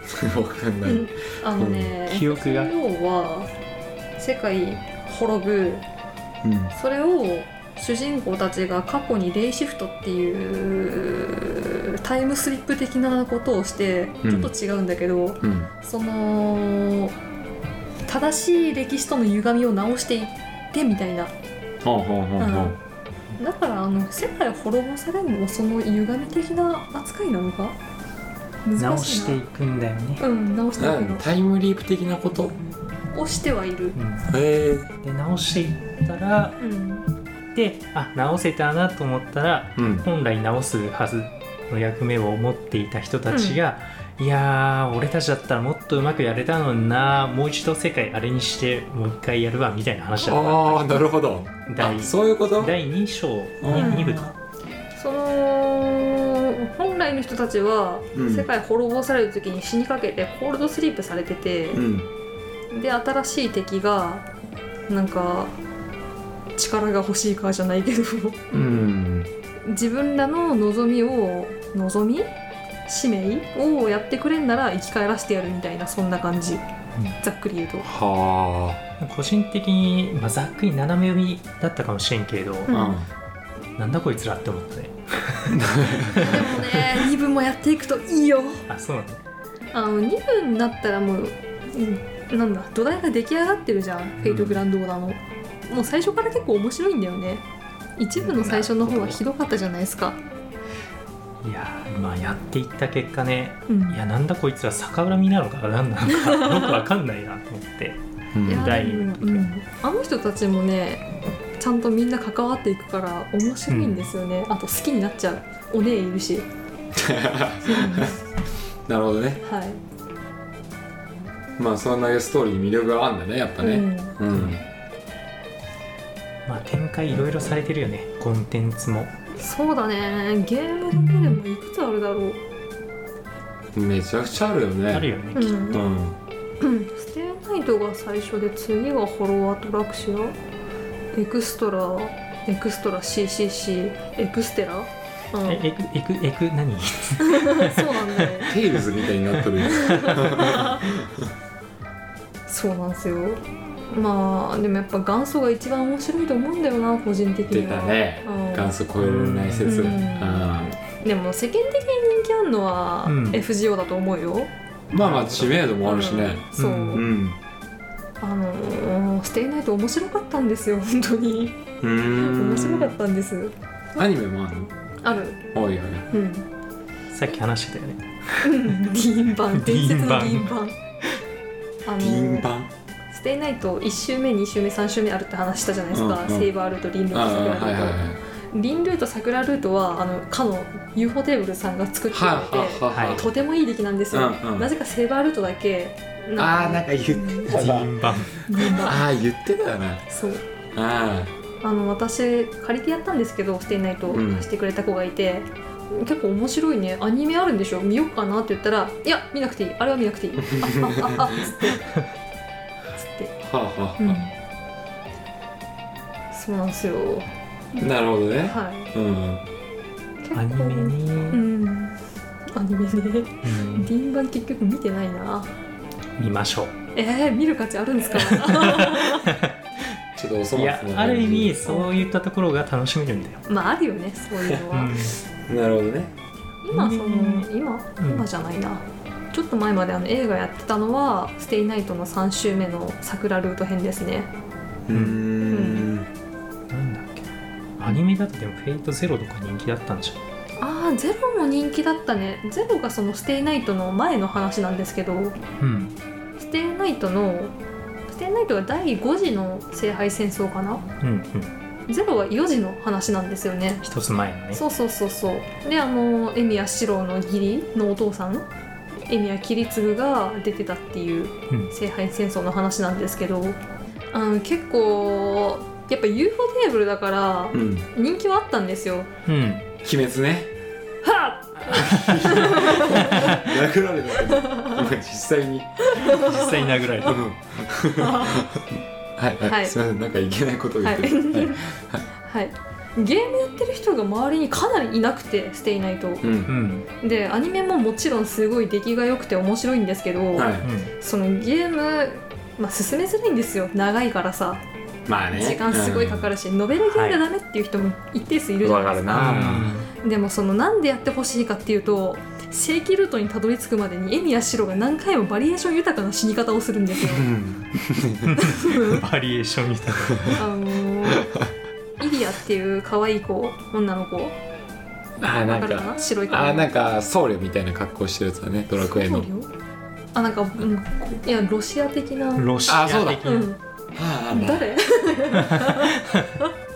わかんない、
うんあのね、
記憶が
FGO は世界滅ぶそれを主人公たちが過去にレイシフトっていうタイムスリップ的なことをして
うん
ちょっと違うんだけど、
うんうん
その正しい歴史との歪みを直していってみたいな
ほうほうほうほう
だからあの世界を滅ぼされるのもその歪み的な扱いなのか難しいな
直していくんだよね、
うん直してい
なん
く
だタイムリープ的なこと
のをしてはいる
う
へえ
ん、で直していったら
うん
であ直せたなと思ったら
うん
本来直すはずの役目を持っていた人たちが、いやー俺たちだったらもっとうまくやれたのになもう一度世界あれにしてもう一回やるわみたいな話だ
ああ
っ
なるほど
た第
あそういうこと
第2章
うん
2部か
その本来の人たちは、
うん
世界滅ぼされる時に死にかけてコールドスリープされてて、
うん
で新しい敵がなんか力が欲しいからじゃないけど
うん
自分らの望みを望み使命をやってくれんなら生き返らせてやるみたいなそんな感じ、ざっくり 言うと。
は
個人的に、まあ、ざっくり斜め読みだったかもしれんけれど、
あ、
うん
なんだこいつらって思ったね
でもね2部もやっていくといいよ
あそうなの
あの2部になったらもう、うんなんだ土台が出来上がってるじゃん、フェイトグランドオーダーのもう最初から結構面白いんだよね一部の最初の方はひどかったじゃないですか
いやーまあやっていった結果ね
うん
いやなんだこいつら逆恨みなのか何なのかよくわかんないなと思って
うん
いや
第
でもうんあの人たちもねちゃんとみんな関わっていくから面白いんですよね、あと好きになっちゃうお姉いる し
なるほどね
はい、
まあそんだけストーリーに魅力があるんだねやっぱねうん、
まあ展開いろいろされてるよねコンテンツも
うん、そうだねゲームだけでもいくつあるだろう、
めちゃくちゃあるよね
あるよね、
うん
うん
ステイナイトが最初で次がホローアトラクションエクストラエクストラ CCC エクステラうん
えエクエクエク何
そうなんだよ
テイルズみたいになってるよ
そうなんですよまあでもやっぱ元祖が一番面白いと思うんだよな個人的
出
には
たね
うん
元祖超えられない説
うん
あ
でも世間的に人気あんのは
うん
FGO だと思うよ、
ーまあまあ知名度もあるしね
うんそう、
うん
うん
あのーステイナイト面白かったんですよ本当に
うーん
面白かったんです
アニメもあるの
ある
多いよね
うん
さっき話してたよね
銀盤伝説の
銀
銀盤あの
銀盤
ステイナイト1周目2周目3周目あるって話したじゃないですか、
うんうん
セイバールートリンルー
ああ
ト桜ルート、
はいはいはい
リンルート桜ルートはあのかの UFO テーブルさんが作ってく
はあ
れて、
はあはあ
はい
は
とてもいい出来なんですよ、
うんうん
なぜかセイバールートだけ
ああーなんか言ってたな
人版
銀盤
ああ言ってたよね
そう
あ
あの私借りてやったんですけどステイナイト
うん
貸してくれた子がいて、結構面白いねアニメあるんでしょ見よっかなって言ったら「いや見なくていいあれは見なくていい」あ「あああつってつって、
あはあは
うん
あ、
そうなんですよ
なるほどね
はい
うん
結
アニメに、
うんアニメね
うん
リンバン結局見てないな
見ましょう
えー、見る価値あるんですか
ちょっとおそ松
いや
の
ある意味
感
そういったところが楽しめるんだよ、
まああるよねそういうの
う
は、
ん
じなるほどね
今その
うん
今
うん
今じゃないな、ちょっと前まであの映画やってたのは「ステイナイト」の3週目の桜ルート編ですね
う
うん
ん
んなんだっけアニメだってでもフェイトゼロとか人気だったんじゃん
あーゼロも人気だったねゼロがその「ステイナイト」の前の話なんですけど
うん
ステイナイトのステイナイトが第5次の聖杯戦争かな
うんうん
ゼロは4次の話なんですよね
一つ前のね
そうそうそうそうであのエミヤ四郎の義理のお父さんエミヤ桐次が出てたっていう
うん
聖杯戦争の話なんですけどあの結構やっぱ UFO テーブルだから
うん
人気はあったんですよ
うん
鬼滅ね
はっ
殴られたけど今実際に
実際に殴ら れた
はい、はい
はい
すみませんなんかいけないことを言って
はい
る、はい
はいゲームやってる人が周りにかなりいなくてステイナイト
う
うんん
でアニメももちろんすごい出来が良くて面白いんですけど、
は
う
い、
ん
そのゲームまあ進めづらいんですよ長いからさ
まあね
時間すごいかかるし、ノベルゲーがダメっていう人も一定数いるじゃ
わ
ない
か
です
るな
かでもそのなんでやってほしいかっていうと正規ルートにたどり着くまでにエミヤシロが何回もバリエーション豊かな死に方をするん ですよ
バリエーションみたい
あのーイリアっていう可愛い子女の子わ
あーな
か
ん
るかな
か
白い子
あーなんか僧侶みたいな格好してるやつだねドラクエの
僧侶あなんか、うん、いやロシア的な
なロシア的
う、
なん
あーあ
誰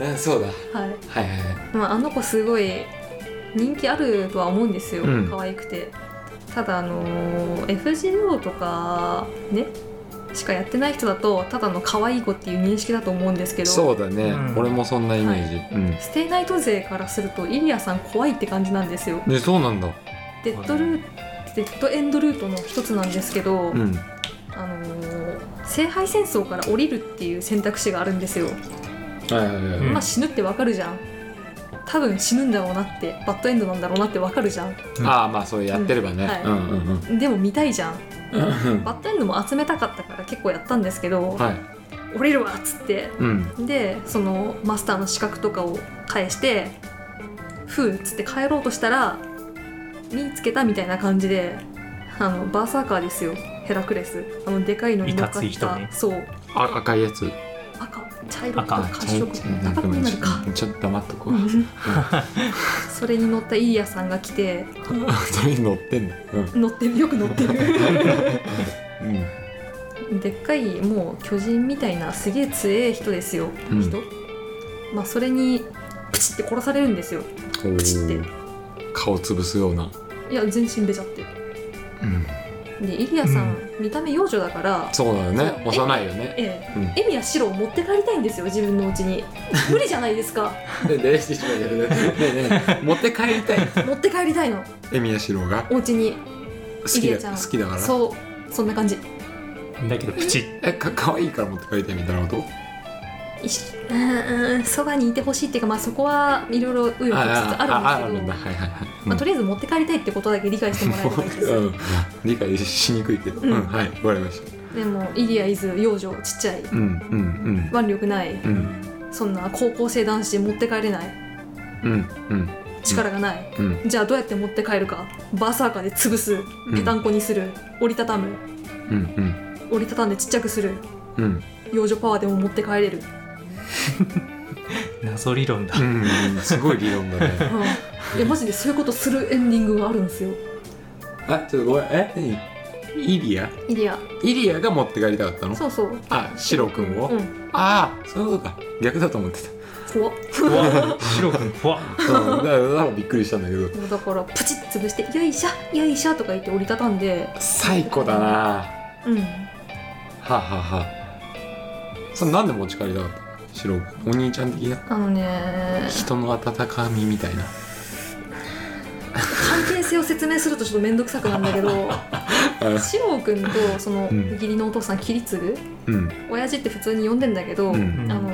ーうんそうだ
はい
はいはいはい
まあ、あの子すごい人気あるとは思うんですよ、
うん
可愛くてただあのー FGO とかねしかやってない人だとただの可愛い子っていう認識だと思うんですけど
そうだね、
うん
俺もそんなイメージ、うん
ステイナイト勢からするとイリアさん怖いって感じなんですよ
ねそうなんだ
デッドルーデッドエンドルートの一つなんですけど、
うん
あのー聖杯戦争から降りるっていう選択肢があるんですよ、
はいはいはい、
うん
まあ死ぬってわかるじゃん多分死ぬんだろうなってバッドエンドなんだろうなってわかるじゃん
ああまあそうやってればね、
う
うんん、うんうん
でも見たいじゃん
うん
バッドエンドも集めたかったから結構やったんですけど
はい
「折れるわ」っつって
うん
でそのマスターの資格とかを返して「ふう」っつって帰ろうとしたら見つけたみたいな感じであのバーサーカーですよヘラクレスあのでかいのに乗っかっ
いかつい人
た、
ね
そう
あ赤いやつ
赤茶色
赤
か褐色赤くなるか
ちょっと黙っとこ
う
う、
ん それに乗ったイリアさんが来て
それに乗ってんだうん
乗ってるよく乗ってる
うん
でっかいもう巨人みたいなすげえ強え人ですよ、
うん
人まあそれにプチって殺されるんですよ
おー
プチって
顔潰すような、
いや全身べちゃって
うん、
でイリアさん、見た目幼女だから
そうだよね
そう
幼いよね
え
うん
えエミやシロを持って帰りたいんですよ自分のうちに無理じゃないです か
ででしてしまうけどねねね持って帰りたい
持って帰りたいの
エミヤシロウが
お家に
好
イ
き
リア
だ
ちゃん
好きだから
そうそんな感じ
だけどプチッ
えか可愛いから持って帰りたいみたいなこと
いしうーんそばにいてほしいっていうかまあそこはいろいろ紆余曲折あるんですけど
あはいはいはい、うん
まあ、とりあえず持 って帰りたいってことだけ理解してもらえればいいですよ
うん、理解しにくいけど、
うん
うん、はいわかりまし
でもイリアイズ幼女ちっちゃい
うんうん
腕力ない
うんうん
そんな高校生男子持って帰れない
うんうん
力がない、
うん
じゃあどうやって持って帰るかバーサーカーで潰す
ん
下段子にする折りたたむ
うんうん
折りたたんでちっちゃくする
うん
幼女パワーでも持って帰れる、
謎理論だ
うんすごい理論だね
いやマジでそういうことするエンディングがあるんですよ
あちょっとごめんえ何イリア
イリア
イリアが持って帰りたかったの
そうそう
あシロ君を、
うん
ああそういうことか逆だと思ってた
怖っ
シロ君怖っ
うんだからだからびっくりしたんだけど
だからプチッ潰して「よいしょよいしょ」とか言って折りたたんで
最高だな
うん
はあ、はあはあ、それなんで持ち帰りたかったシロ君お兄ちゃん的な
あのね
人の温かみみたいな
関係性を説明するとちょっと面倒くさくなんだけ ど四郎君とその
うん
義理のお父さん桐次
うん
親父って普通に呼んでんだけど、
うん
あの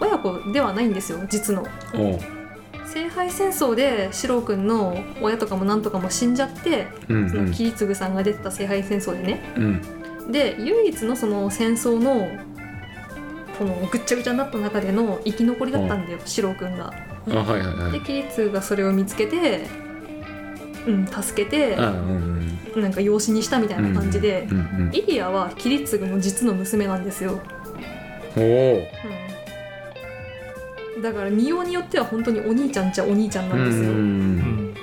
親子ではないんですよ実の
おう
聖杯戦争で四郎君の親とかも何とかも死んじゃって
うん
その桐次さんが出てた聖杯戦争でね
うん
で唯一のその戦争のこのぐっちゃぐちゃになった中での生き残りだったんだよ四郎君が。
あはいはいは
で
い
桐次がそれを見つけて、うん、助けて
あうんうん
なんか養子にしたみたい
うん
な感じで
う、んうん
イリアは桐次の実の娘なんですよ、
おお
うん、だから見ようによっては本当にお兄ちゃんっちゃお兄ちゃんなんですよ、
うんん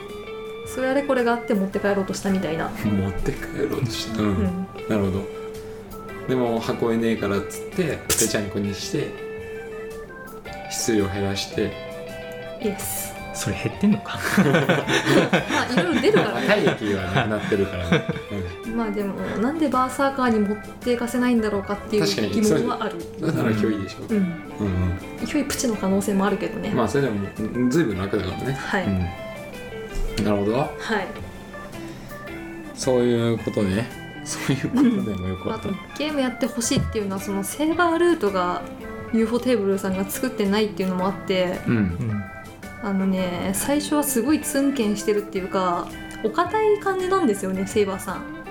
それあれこれがあって持って帰ろうとしたみたいな、
持って帰ろうとした、う
うんん、
なるほどでも運べねえからっつってぺちゃんこにして質量減らして
イエス
それ減ってんのか
まあいろいろ出るから ね
体液がなくなってるから ね、
まあでもなんでバーサーカーに持っていかせないんだろうかっていう
確かに
疑問はある
うん、だから今日いいでしょ、
うん
うんうん
ひょいプチの可能性もあるけどね、
まあそれでもずいぶん楽だからね、
はい、
うん、なるほど
はい
そういうことねそういうことでもよく
あ
わか
と
る
ゲームやってほしいっていうのはそのセーバールートが UFO テーブルさんが作ってないっていうのもあって
うん
うん
あのね最初はすごいツンケンしてるっていうかお堅い感じなんですよねセイバーさん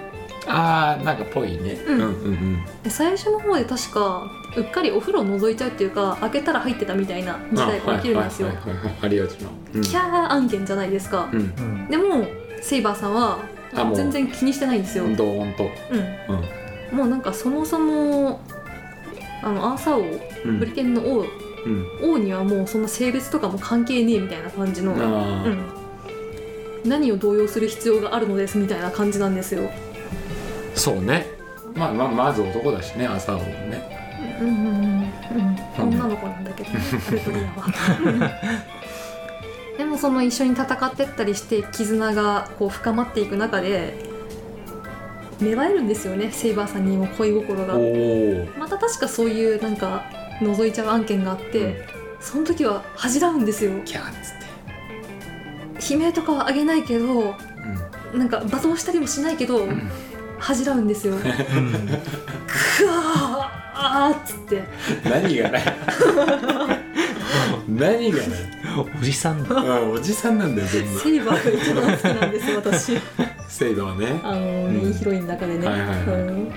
ああなんかぽいね、
うん
うん
で最初の方で確かうっかりお風呂覗いちゃうっていうか開けたら入ってたみたいな
う
事
ん
態が起きるんですよ
あはいはいはいはいありがちなうん
キャー案件じゃないですか、
うん
うん
でもセイバーさんは
あもう
全然気にしてないんですよ、うん
ドーンと
もうなんかそもそもあのアーサー
う
王ブ
ん
リテンの王
うん
王にはもうそんな性別とかも関係ねえみたいな感じの、うん、
あー
何を動揺する必要があるのですみたいな感じなんですよ。
そうねまあまあまず男だしね朝をね
うんうんうんうん、女の子なん だけど、プレトリアは。でもその一緒に戦ってったりして絆がこう深まっていく中で芽生えるんですよねセイバーさんにも恋心
お
が
お。ー
また確かそういうなんか覗いちゃう案件があって、
うん
その時は恥じらうんですよ
キャーっつって
悲鳴とかはあげないけどなんか罵倒したりもしないけど、
うん
恥じらうんです よ。くわーっつって
何がない何が
うんおじさんだ
ないうんおじさんなんだよ全部
セイバーが一番好きなんです私
セイバーはね
あの
うん
メインヒロインの中でね。
はいはいはい
うん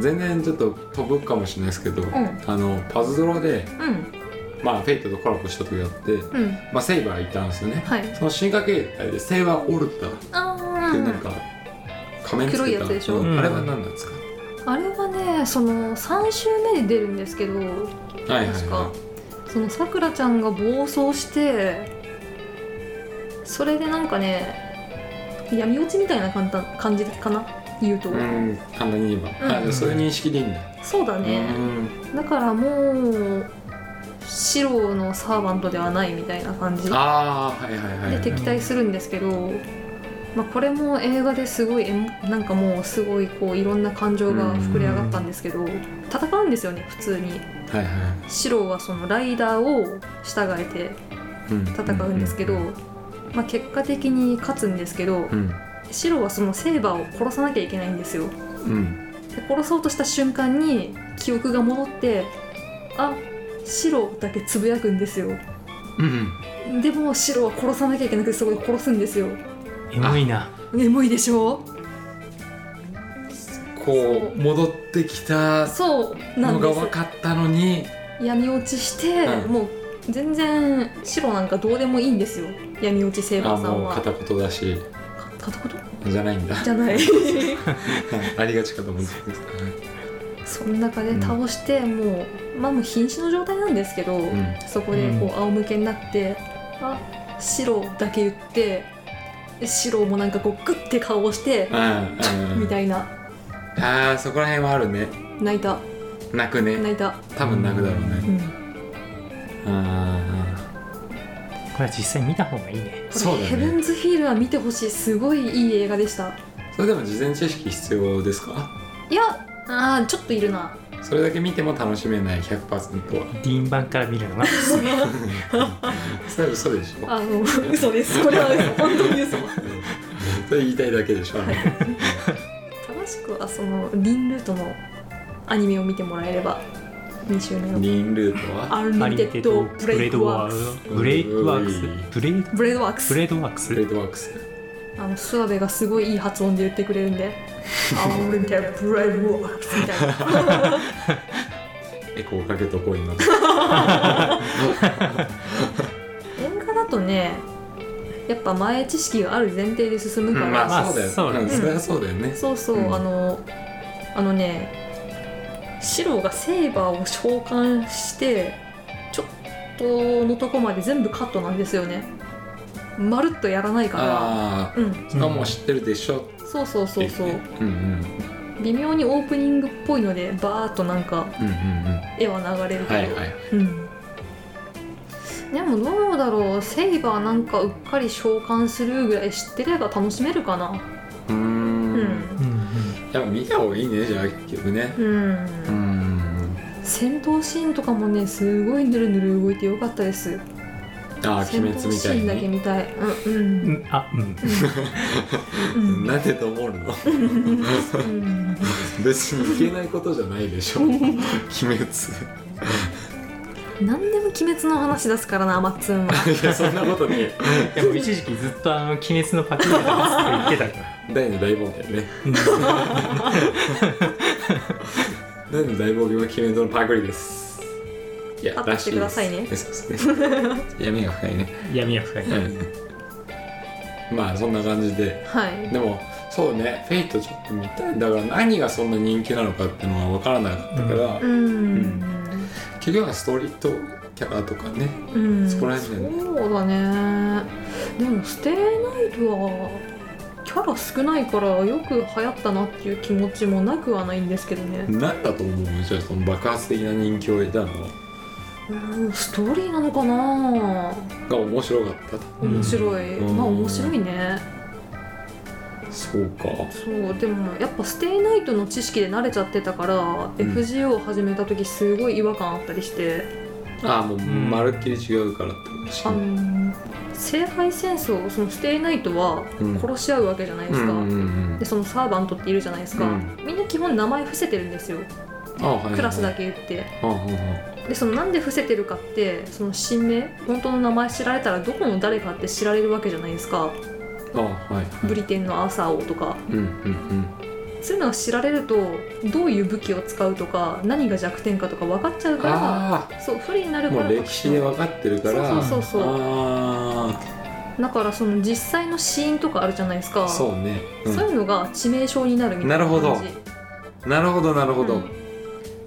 全然ちょっと飛ぶかもしれないですけど、あのパズドラで、
うん
まあ、フェイトとコラボした時があって、
うん
まあ、セイバーいたんですよね
はい。
その進化形態でセイバーオルタっ
あ
ていうなん
ー
か仮面つけた
黒いやつでしょ
うんあれは何なんですか、
あれはねその3週目で出るんですけど
はいはい
確か
は
そのさくらちゃんが暴走してそれでなんかね闇落ちみたいな感じ感じかな言うと、
いうん簡単に言えば、
うん
あじゃあそういう認識でいいんだ、
そうだ
う
ね。
ん
だからもう白のサーバントではないみたいな感じで
ああはいはいはい
敵対するんですけど、まあ、これも映画ですごいえんなんかもうすごいこういろんな感情が膨れ上がったんですけど戦うんですよね普通に
はいは
白はそのライダーを従えて
い、うん、
戦うんですけど、まあ、結果的に勝つんですけど
うん
白はそのセーバーを殺さなきゃいけないんですよ
うん
で殺そうとした瞬間に記憶が戻ってあ白だけつぶやくんですよ
うん
でも白は殺さなきゃいけなくてそこで殺すんですよ
エモいな
エモいでしょ
こう戻ってきた
そうな
の
ん
が
です
分かったのに
闇落ちして、
うん
もう全然白なんかどうでもいいんですよ闇落ちセー
あ
バーさん
もう
は
片言だし
か片言
じゃないんだ
じゃない
ありがちかと思うんですけど
その中で倒して、もうまあもう瀕死の状態なんですけど、
うん
そこでこう仰向けになって、あ白だけ言ってで白もなんかこうグッて顔をして、
うんうん
みたいな
あーそこら辺はあるね
泣いた
泣くね
泣いた、
多分泣くだろう
う
ね
ん、
あ
これは実際見た方がいいね
ー
こ
そう
れ
だ
ヘブ
ね
ンズ・ヒールは見てほしいすごいいい映画でした
それでも事前知識必要ですか
いやあーちょっといるな
それだけ見ても楽しめない100%は
ディーン版から見るのがおすすめ
それ嘘でしょ
あの嘘ですこれは嘘本当に嘘
それ言いたいだけでしょあれ
正しくはそのリンルートのアニメを見てもらえれば2周目の
リンルートは
アンリミテッド・ブレイクワークス
ブレイクワークスブレイ
ブレードワーク
ブ
ス
レードワークス
ブレードワークス
あの諏訪部がすごいいい発音で言ってくれるんで「アンリミテッド・ブレイドワークス」みたい な
エコーかけとこう 今
映画だとねやっぱ前知識がある前提で進むから、
まあ、
まあ
そうだよ、
そうだ
う
ね
ん、それはそうだよね、
そうそう、
うん
あのあのねシロがセーバーを召喚してちょっとのとこまで全部カットなんですよねまるっとやらないから
あ
うん
あしかも知ってるでしょ
そうそう
って
そ
いうね
そう
うんうん
微妙にオープニングっぽいのでバーっとなんか
うんうんうん
絵は流れるけど、
はいはい
うんでもどうだろうセイバーなんかうっかり召喚するぐらい知ってれば楽しめるかな
うーん
うん
うん
やっぱ見た方がいいねじゃあ結局ね
うん
うーん
戦闘シーンとかもねすごいぬるぬる動いてよかったです
ああ鬼
戦
滅
闘
み
シ
たい
ーンだけ
に
見たいうん
うんうんあうん
うん
なんでと思うの
うん
別にいけないことじゃないで しょ鬼滅
何でも「鬼滅」の話出すからなマッツンは
いやそんなことね
でも一時期ずっとあの「鬼滅のパクリ」だって言ってたから
大の大冒険ね
うん
大の大冒険は鬼滅のパクリですいや
パッと
ら
し
して
く
いで
だ
す
さいね
そうですね闇が深いね
闇が深い
うんまあそんな感じで
はい
でもそうねフェイトちょっと見たいだから何がそんな人気なのかっていうのは分からなかったから、
うん
結局はストーリーとキャラとかね
うん
そ
そ
こ
う
ら辺だよね
だねでも「ステイナイト」はキャラ少ないからよく流行ったなっていう気持ちもなくはないんですけどね
何だと思うじゃあその爆発的な人気を得たの
うんストーリーなのかな
が面白かっ
うん
面白い、
うん
まあ面白いね
たそうか
そうでもやっぱ「ステイナイト」の知識で慣れちゃってたから、
うん
FGO を始めた時すごい違和感あったりして、
ああもう
うん
まるっきり違うからってことし
あの聖杯戦争その「ステイナイト」は
うん
殺し合うわけじゃないですか、
うんうんうん
でそのサーバントっているじゃないですか、
うん
みんな基本名前伏せてるんですよ
あはいはい
クラスだけ言って
はあは
でそのなんで伏せてるかってその新名本当の名前知られたらどこの誰かって知られるわけじゃないですか
あはあはいは
ブ
い
リテンのアーサー王とか
うんうん
そういうのが知られるとどういう武器を使うとか何が弱点かとか分かっちゃう
うん
か
あ
らそう不利にな
あ
るか
も
ら
う歴史で分かってるから
そうそうそうそう
あ
だからその実際のシーンとかあるじゃないですか
あそうね、うん
そういうのが致命傷になるみたいな感じ
なるほなるほどなるほど、
うん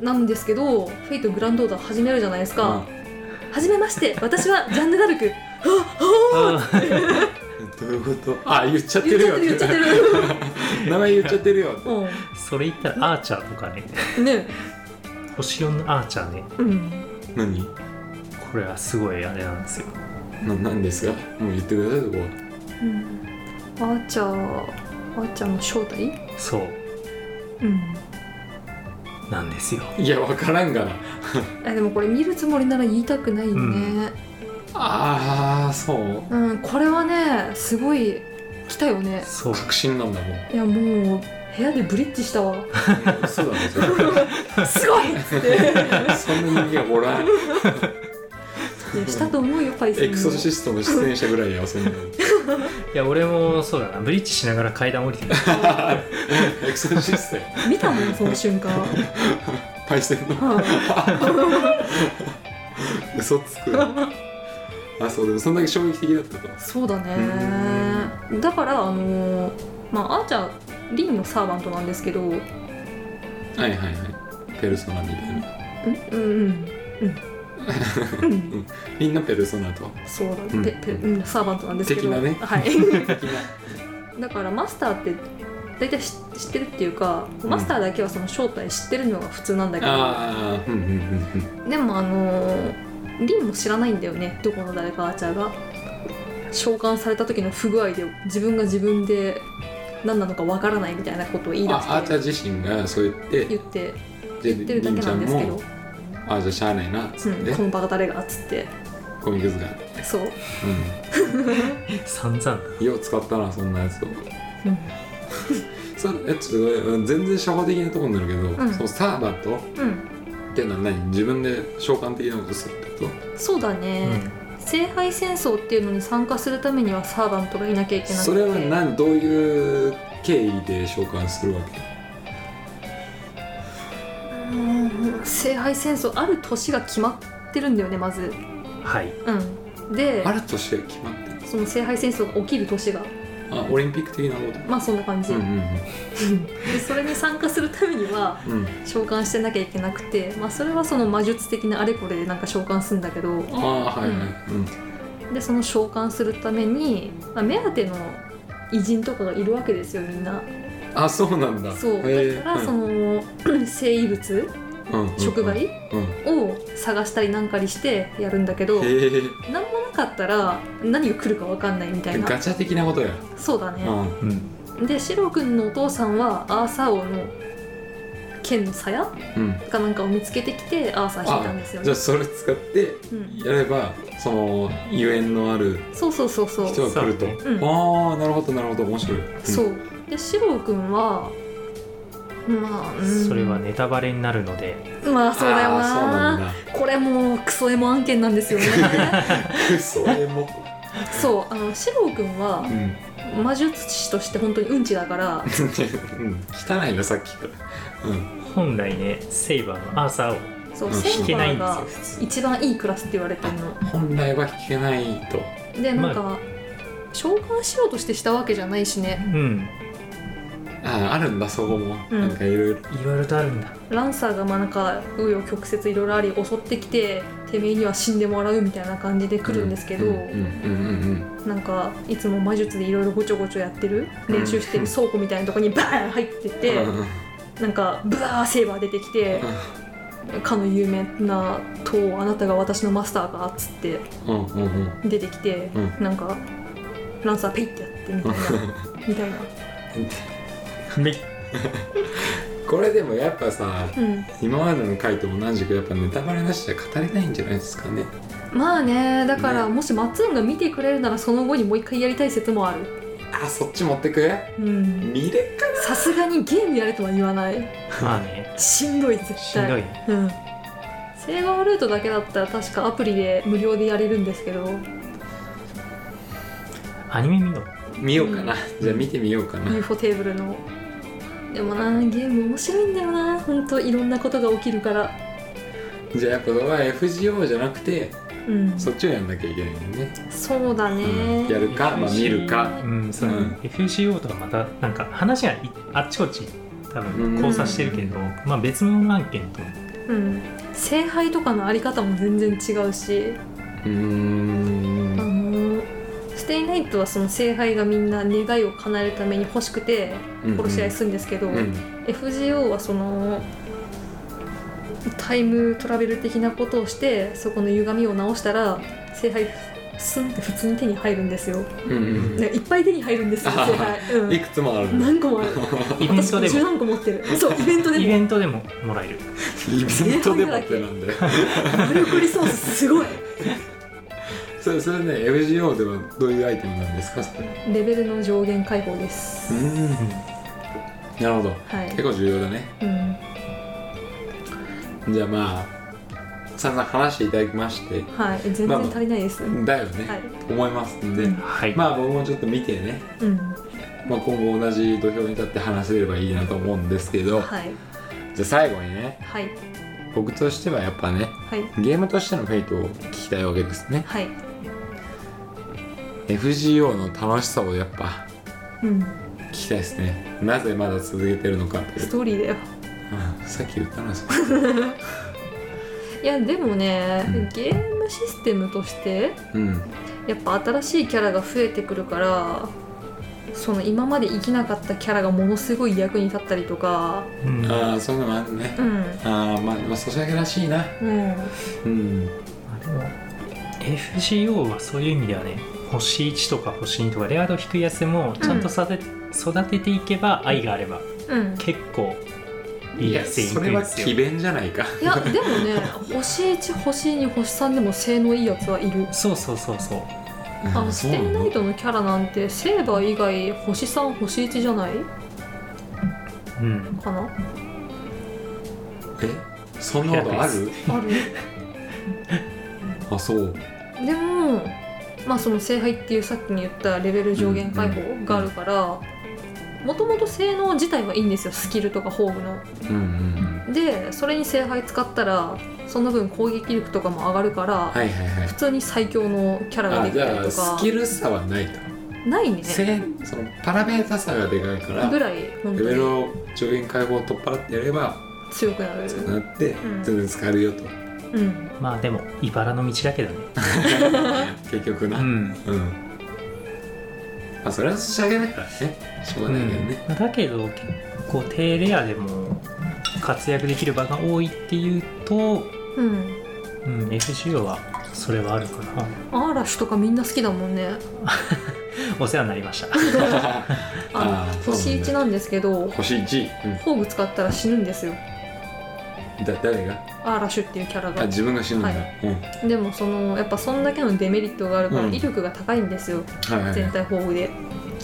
なんですけどフェイトグランドオーダー始めるじゃないですか、初めまして私はジャンヌ・ダルク
あ
うんどういうことあ言っちゃって
言っ
る
ちゃっ
よ
てる言っちゃってる
名前言っちゃってるよ
う
それ言ったらアーチャーとかね
んね
星4のアーチャーね
うん
何
これはすごいあれなんですよ
ななんですかもう言ってくださいそこは
うんあーちゃんあーちゃんの正体
そう
うん
なんですよ
いや分からんがな
あでもこれ見るつもりなら言いたくないよね、
うん
ああそう
うん、これはねすごい来たよね
そう
確信なん だもん
いやもう部屋でブリッジした わ
嘘だねそ
すごいっつって
れそんな人間おらん
いやしたと思うよパイセン
エ
も
クソシストの出演者ぐらいやそんなの
いや俺もそうだなブリッジしながら階段降りてる
エクソシストや
見たもんその瞬 間はい
パイセンの嘘つくあそうでもそんだけ衝撃的だったと
そうだねだからあのーまあアーチャーリンのサーバントなんですけどん
はいはいはいペルソナみたいな
うんうんうんうん
みんなペルソナと
そうだ、
うん
でペうん、サーバントなんですけど
的なね
はいだからマスターって大体知知ってるっていうか、
ん
マスターだけはその正体知ってるのが普通なんだけど
ああうんうんうんうん
でもあのーリンも知らないんだよねどこの誰かアーチャーが召喚された時の不具合で自分が自分で何なのかわからないみたいなことを言い出
あアーチャ
して
ー自身がそう言って
言って言
で
ってるだ
り
け
んち
な
ゃ
ん
ん
ですけ
も
ど、
あじゃあしゃあないなっつっ
う
て
ん、このバカ誰がっつって
コミックスが
そう、
散々だ
うんよう使ったなそんなやつを
うん
そえちょっとうん全然初歩的なところになるけど、
うん
そのサーバーと
うん、
っていうのは何自分で召喚的なことするってこ
そうだね、聖杯戦争っていうのに参加するためにはサーバントがいなきゃいけ
と
なくて
それは何どういう経緯で召喚するわけ
うん聖杯戦争ある年が決まってるんだよねまず
うんはい
うんで
あるとして決まってる
その聖杯戦争が起きる年が
あオリンピック的なこ
まあそんな感じ、
とうんうん
でそれに参加するためには
うんうん
召喚してなきゃいけなくてまあそれはその魔術的なあれこれでなんか召喚するんだけど
ああはいはいうん
でその召喚するために、まあ、目当ての偉人とかがいるわけですよみんな
あそうなんだ
そう
へえ
だから
うん
その 生異物
うんうんうん
触媒
うん
を探したりなんかりしてやるんだけど
へえ
何もなかったら何が来るか分かんないみたい
ガ
な
チャ的なことや
そうだ
う
ね、
ん
うん
でシロ君のお父さんはアーサー王の剣の鞘
うん
かなんかを見つけてきてアーサー引いたんですよ
じゃ
ね
あそれ使って
うん、
やればそのゆえんのある
そうそうそうそう
人が来ると、
そう
うん
ああなるほどなるほど面白い、うん
そうでシロ君はまあ、うん
それはネタバレになるので
まあそうだよ
あーそう
な
なんだ
これもうクソエモ案件なんですよ ね
そ れも、
そうあのシロ君は
うん、
魔術師として本当にうんちだから
うん汚いなさっきからうん
本来ねセイバーのアーサーを
そう
うん
セ
引
ン
け
バ
ない
ー
んで
が
すよ
一番いいクラスって言われてるの
本来は引けないと
でなんか、召喚しようとしてしたわけじゃないしね
普通うん
あああるんだそこも、
うん
なんかいろいろ
いろいろとあるんだ
ランサーがまあなんか紆余曲折いろいろあり襲ってきててめえには死んでもらうみたいな感じで来るんですけど、
うんうんうん
なんかいつも魔術でいろいろごちょごちょやってる
うん
練習してる倉庫みたいなとこにバーン入ってっ
うんうん
て、
うんうん
なんかブワーセーバー出てきて、かの有名な塔あなたが私のマスターかっつって
うんうんうんうん
出てきて、
う
なんかランサーペイってやって みたいなみたいな
め
これでもやっぱさ
うん
今までの回と同じくやっぱネタバレなしじゃ語れないんじゃないですかね
まあねだから
ね
もしマッツンが見てくれるならその後にもう一回やりたい説もある
あそっち持ってく
うん
見れっか
さすがにゲームやれとは言わない
まあね
しんどい絶対
しんどいね
うんセガワルートだけだったら確かアプリで無料でやれるんですけど
アニメ見ろ
見ようかな、じゃあ見てみようかな、
U4 テーブルのでもなゲーム面白いんだよなほんといろんなことが起きるから
じゃあやっぱは FGO じゃなくて
うん
そ
そ
っちをやんなきゃいけないよね、
うだね、
うんやるか、まあ、見るか
うんそうの
ん
FGO とはまたなんか話がいあっちこっち多
うん
分交差してるけどまあ別の案件と
うん聖杯とかのあり方も全然違うし
うーん
あのーステイナイトはその聖杯がみんな願いを叶えるために欲しくて殺し合いするんですけど、
うんうん
FGO はそのタイムトラベル的なことをしてそこの歪みを直したら聖杯スンって普通に手に入るんですよ、
うんうん
ねいっぱい手に入るんですよ聖杯、
い
うん
くつもある
何個もある
イベン
私
トで
10
も
何個持ってるそうイベントで
イ
も
ベントでももらえる
イベントでもってなんだよ
マルコリソースすごい
それそれね FGO ではどういうアイテムなんですかそれ
レベルの上限解放です、
んなるほど
はい
結構重要だね
うん
じゃあまあ散々話していただきまして
はい全
まあ
然足りないです、
だよね、
はい
思いますんで、
うん
はい、
まあ僕もちょっと見てね、
うん
まあ、今後同じ土俵に立って話せればいいなと思うんですけど、
はい
じゃあ最後にね
はい
僕としてはやっぱね
はい
ゲームとしてのフェイトを聞きたいわけですね
はい
FGO の楽しさをやっぱ
うん
聞きたいですねなぜまだ続けてるのかってい
ス
う、
トーリーだよ
うん、さっき言ったなそれ
いやでもね、
うん
ゲームシステムとして
うん
やっぱ新しいキャラが増えてくるからその今まで生きなかったキャラがものすごい役に立ったりとか
うん
ああそういうのもあるね
うん
ああまあまあソシャゲらしいな
うん
うん
まあでも FGO はそういう意味ではね星1とか星2とかレア度低いやつでもちゃんと育て,、育てていけば愛があれば
うん
結構いいやつい
そ
く
れ
ん
は
です
詭
よ
弁じゃないか
いやでもね星1星2星3でも性のいいやつはいる
そうそうそうそう
あの ス
そう
テン
な
ナ
の
イトのキャラなんてセーバー以外星3星1じゃない
うん
かな
えそんなことある
ある
あそう
でもまあその聖杯っていうさっきに言ったレベル上限解放があるからもともと性能自体はいいんですよスキルとか宝具の
うんうんうん
でそれに聖杯使ったらその分攻撃力とかも上がるから、
はいはいはい
普通に最強のキャラが
あ
でき
じ
た
ゃ
り
あ
と
ス
か
キル差はないと
ないね
せそのパラメータ差がでかいから
ぐ
レ
らい本当
ベル
に
を上限解放を取っ払ってやれば
強くなる
なって
うん
全然使え るよと、
うん
まあでも茨の道だけどね
結局な
う
うん、
ん、
まあそれは仕上げだからねしょう
う
がないけど ね、
ん、だけど結構低レアでも活躍できる場が多いっていうと、
うん
うん、FGO はそれはあるかな
嵐とかみんな好きだもんね
お世話になりました
あ
あー
の星
そう
1
な
なんですけど
星1、
宝具使ったら死ぬんですよ
うん、だ誰が
アーラシュっていうキャラ
あ
が
自分が死ぬんだ、
はでもそのやっぱそんだけのデメリットがあるから
うん
威力が高いんですよ、
うんはいはい
全
は
体宝具で
い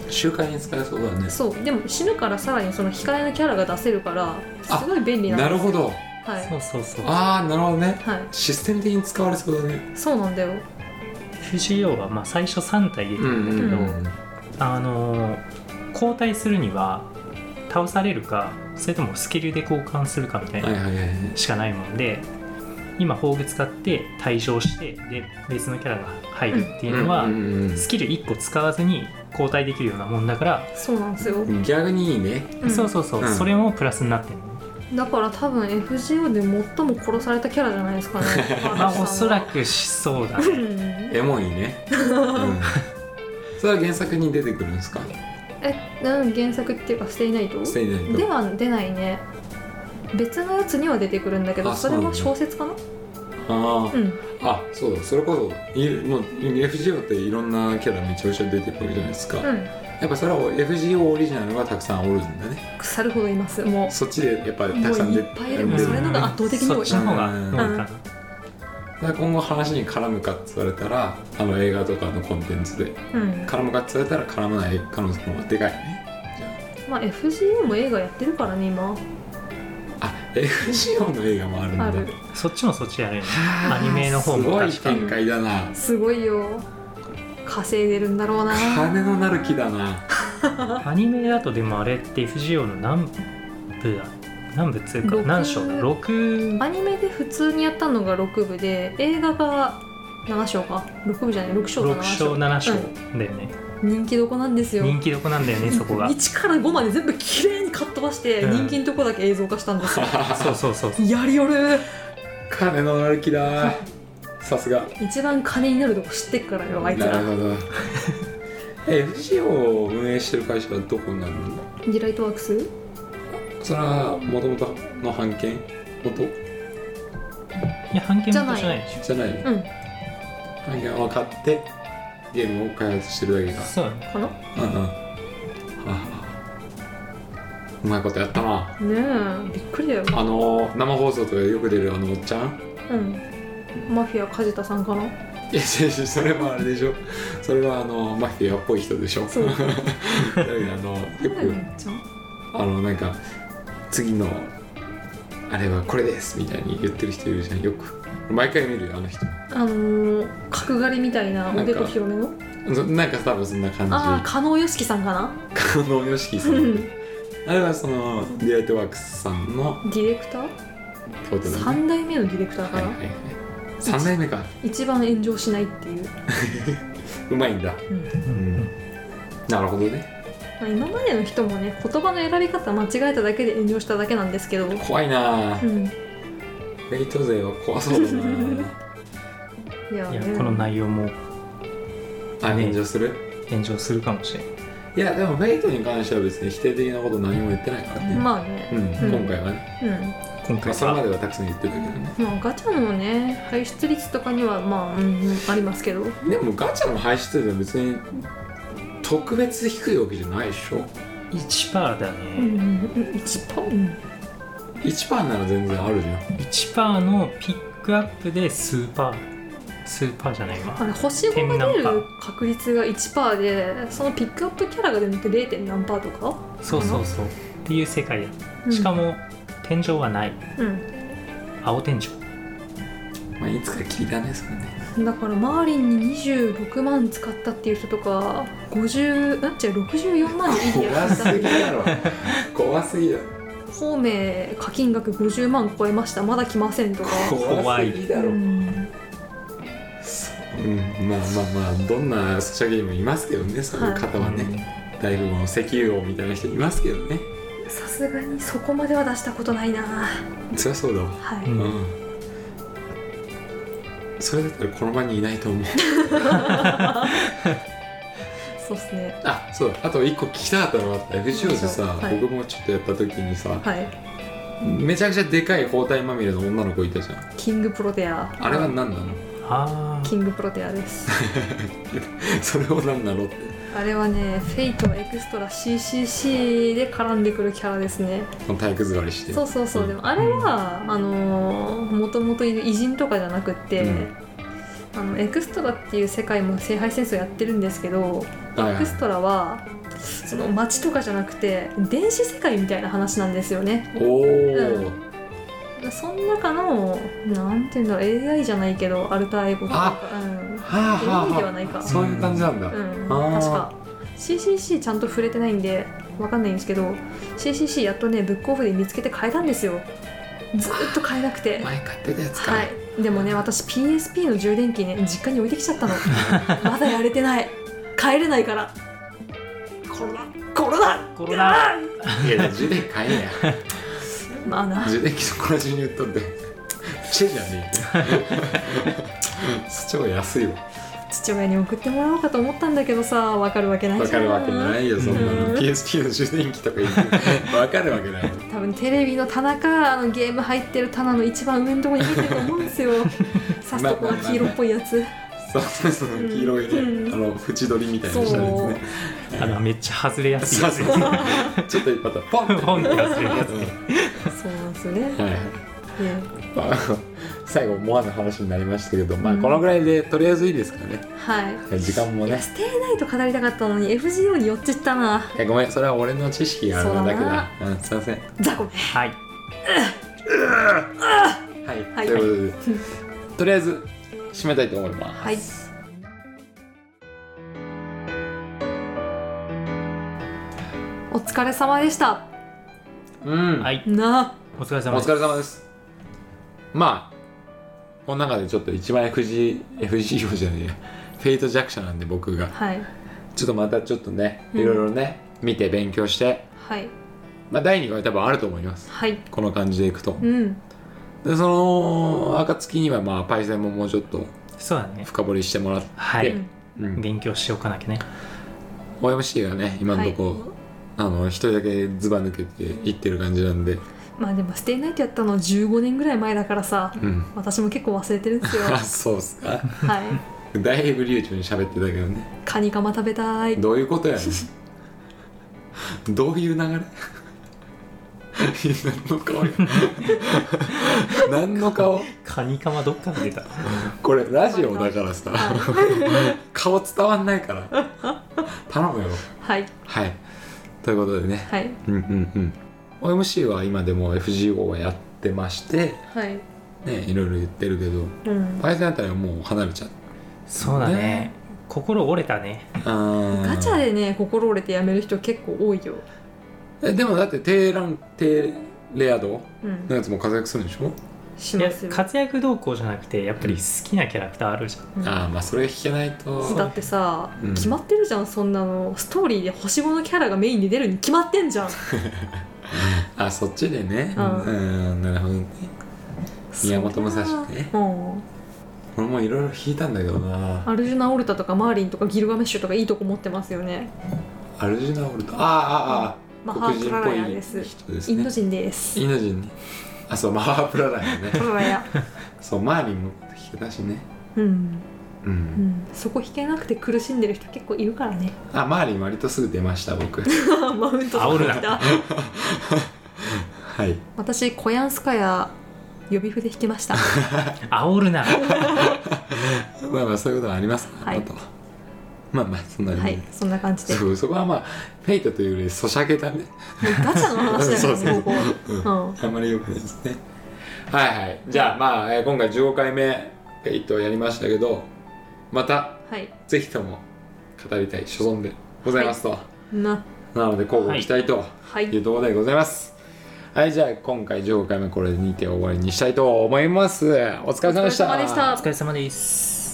集会に使えそうだね
そうでも死ぬからさらにその控えのキャラが出せるからすごい便利なんです
なるほど
はい
そうそうそう
ああなるほどね
は
システム的に使われそうだね
いそうなんだよ
FGO はまあ最初3体出てくるんだけど、
うん
あのー交代するには倒されるかそれともスキルで交換するかみたい
はいはい
な
はいはい
しかないもんで、今宝具使って対象してで別のキャラが入るっていうのは、
うんうん
スキル1個使わずに交代できるようなもんだから、
そうなんですよ、
うん、逆にいいね
うん
そうそうそう、
うん
それもプラスになってる
だから多分 FGO で最も殺されたキャラじゃないですかね
まあおそら
く
くしそうだね
エモいね、うん、 それは原作に出てくるんですか
えなん原作っていうかステイナイト
ステイナイト
では出ないね別のやつには出てくるんだけど
あ
それは
そうな
小
ん
説かな
あ
うん
ああそうだそれこそいもう FGO っていろんなキャラめちゃくちゃ出てくるじゃないですか、
う
や
ん
っぱそれは FGO オリジナルがたくさんおるんだね
腐るほどいますも
そっちでやっぱ
う
り
も
た
う
くさん
い
出
ってぱ
く
いい
る
るもうそれのが圧倒的に
そ
多
っ
い
ちの方が多いかな、
だから今後話に絡むかって言われたらあの映画とかのコンテンツで
うん
絡むかって言われたら絡まない可能性の方がでかいね
まあ FGO も映画やってるからね今
あ FGO の映画もあるんだ
ある
そっちもそっちやれるね
はあ
アニメの方
す
も
ごい
確かに
展開だな
すごいよ稼いでるんだろうな
金のなる木だな
アニメだとでもあれって FGO の何部だ何部っつうか
六
何章だ6
アニメで普通にやったのが6部で映画が7章か6部じゃない6章か
6
7
章
章
7章
うん
だよね、
人気どこなんですよ
人気どこなんだよねそこが
1から5まで全部綺麗にかっ飛ばして、
う
人
ん
気のとこだけ映像化したんですよ
そうそうそう
やりよる
金のなる木ださすが
一番金になるとこ知ってっからよあいつ
な
ら
るほど え FGO を運営してる会社はどこになるんだ
ディライトワークス
それはもともとの版権元
いや半券元じゃないでし
じゃないの
うん
版権を買ってゲームを開発してるだけ
ょそうだね
かな
かうんうんはあはあうまいことやったな
ねえびっくりだよ
あの生放送とかでよく出るあのおっちゃん
うんマフィア梶田さんかない
や違う違うそれもあれでしょそれはあのマフィアっぽい人でしょ
そう
だけどあのよく
ちゃん
あのなんか次のあれはこれですみたいに言ってる人いるじゃんよく毎回見るよあの人
あのー角刈りみたいなおでこ広めの
そなんか多分そんな感じ
ああ加納よしきさんかな
加納よしきさ
うんん
あれはそのディライトワークスさんの
ディレクター
ことだね
3代目のディレクターか
はい
な、
はいはい3代目か
一番炎上しないっていう、
うまいんだ
うんま
うんなるほどね
あ、今までの人もね言葉の選び方間違えただけで炎上しただけなんですけど、う
怖いなあ
ん、
ベイト勢は怖そうだな
いや
い
ね
やこの内容も
あ炎上する
炎上するかもしれない
いやでもベイトに関しては別に否定的なこと何も言ってないからね
まあね
うん
うん
今回はね
う
今
まあ
回
それま
は
ではたくさん言ってたけどね
んまあガチャのね排出率とかにはまあ、うんうん、ありますけど
でもガチャの排出量別に特別低いわけじゃないでしょ
1%だ
うんうん
ね、
うん1パうん
1番なら全然あるじゃん
1%のピックアップで数パー数パーじゃない
あ
わ
れ星5が出る確率が1パーでそのピックアップキャラが出るのって 0. 点何パーとか、
そうそうそうっていう世界だ
うん
しかも天井はない
うん
青天井
まあいつか聞いたねそれね
だからマーリンに26万使ったっていう人とか50あ違う64万でいいや
怖
ったっ
す
て
ぎだ ろ怖すぎだ
方面課金額50万超えましたまだ来ませんとか
怖すぎだ
う
ろ
ん
うんまあまあまあどんなスチャゲームいますけどねそういう方はね、大富豪の石油王みたいな人いますけどね
さすがにそこまでは出したことないな
そりゃそうだわ
はい、
うん
うんそれだったらこの場にいないと思う
そうっすね
あそうだあと一個聞きたかったのがあった FGO でさ、
はい
僕もちょっとやった時にさ、
はい
めちゃくちゃでかい包帯まみれの女の子いたじゃん
キングプロテア
あれは何なの
あ
キングプロテア です
それは何なのって
あれはね、フェイトのエクストラ CCC で絡んでくるキャラですね。
この体育座りして
そうそうそう、
うん
でもあれは、あのー、もともといる偉人とかじゃなくって、
うん
あの、エクストラっていう世界も聖杯戦争やってるんですけど、
はい
エ
は
ク
い
ストラは、その街とかじゃなくて、電子世界みたいな話なんですよね。
おお、
うその中の、なんていうんだろう、AI じゃないけど、アルターエゴとか、うん
は、あはあ
AI では
は
ないか
あ。そういう感じなんだ、
うん、
あー
確か CCC ちゃんと触れてないんでわかんないんですけど CCC やっとねブックオフで見つけて買えたんですよずーっと買えなくて
前買ってたやつか、
はいでもね私 PSP の充電器ね実家に置いてきちゃ ったのまだやれてない帰れないからコロナコロナ
コロナ
い、や充電器買えや
まあな
充電器そこら中に売ったんで チェじゃね え超安いわ
父親に送ってもらおうかと思ったんだけどさわかるわけない
わ
じ
か
ゃん
るわけないよそんな
うん
の PSP の充電器とか言ってわかるわけない
多分テレビの棚かあのゲーム入ってる棚の一番上のところに入ってると思うん ですよさすがこの黄色っぽいやつ
そうそうそう
うん
黄色いね、
うん
あの縁取りみたいなのしたやつね
あのめっちゃ外れやすい
そう
や
そ
つ
うそうちょっと一発ポン って
ポンって忘れるやつ
そうなんですよね。
うんはいはい
ね
まあ最後思わぬ話になりましたけど、まあ
うん
このぐらいでとりあえずいいですからね
はい。
時間もね
ステイナイト語りたかったのに FGO に寄っちゃったな。
いやごめんそれは俺の知識があるだけだうん、すいません
ザコめ。
はい
はい、
はい
ということでとりあえず締めたいと思います、
はい。お疲れ様でした。
うん、
はい
な
お疲れ
お
様です
疲れ様ですまあこの中でちょっと一番 FG FGO じゃねえやフェイト弱者なんで僕が
あ。はい。
ちょっとまたちょっとね
うん
いろいろね、見て勉強して
はい。
まあ第2回多分あると思います
はい。
この感じでいくと、
うん。
でその暁にはまあパイセンももうちょっと
そうだね
深掘りしてもらって、
はい、
うん
うん、
勉強しておかなきゃね
OMC がね今のとこ、あの一人だけズバ抜けていってる感じなんで、
まあでもステイナイトやったの15年ぐらい前だからさ。
うん、
私も結構忘れてるん ですよ。
あそうっすか
はい。
だいぶ流暢に喋ってたけどね
カニカマ食べたい。
どういうことやねんどういう流れ何の顔や何の顔
カニカマどっから出た
これラジオだからさ顔伝わんないから頼むよ
はい。
はいということでね
はい。
うんうんうん OMC は今でも FGO はやってまして
はい。
ねいろいろ言ってるけど
うん
パイセンあたりはもう離れちゃう
そうだね
ね
心折れたね
あー
ガチャでね心折れて辞める人結構多いよ、
えでもだって低ラン低レア度
うん
の、やつも活躍するんでしょ、
し
いや
ますよ
活躍動向じゃなくてやっぱり好きなキャラクターあるじゃん
うん
ああまあそれ聞けないと
だってさ、
うん
決まってるじゃんそんなのストーリーで星5のキャラがメインに出るに決まってんじゃん
あそっちでねう
うんん
なるほどね宮本武蔵ね
うん
これもいろいろ引いたんだけどな
アルジュナ・オルタとかマーリンとかギルガメッシュとかいいとこ持ってますよね
アルジュナオルトあーあーあ
マ
ー
ハ
黒
ー・プ
人
ラ
っ
ラヤで
ぽい
す
人です
インド
ね
人です
インド人ねあそうマハープララやね
プララヤ
そうマーリンも引けたしね
うん、
う
うんん、そこ引けなくて苦しんでる人結構いるからね
あマーリン割とすぐ出ました僕
マウントされてきた
はい
私コヤンスカヤ予備符で引きました
煽るな
まあまあそういうことはあります
はい
あとまあまあそんなに、
はいそんな感じで
そうそこはまあフェイトというよりそしゃげたね
ガチャの話だか
そう
ら
そう
ねこ
そ
こ
うん
は
あんまり良くないですねはいはいじゃあまあ、えー今回15回目フェイトやりましたけどまた
うんはい
ぜひとも語りたい所存でございますと、
な
なので交互期待と
はい
いうところでございますはい、じゃあ今回15回目これにて終わりにしたいと思いますお疲れ様でした
お疲れ様でした
お疲れ様です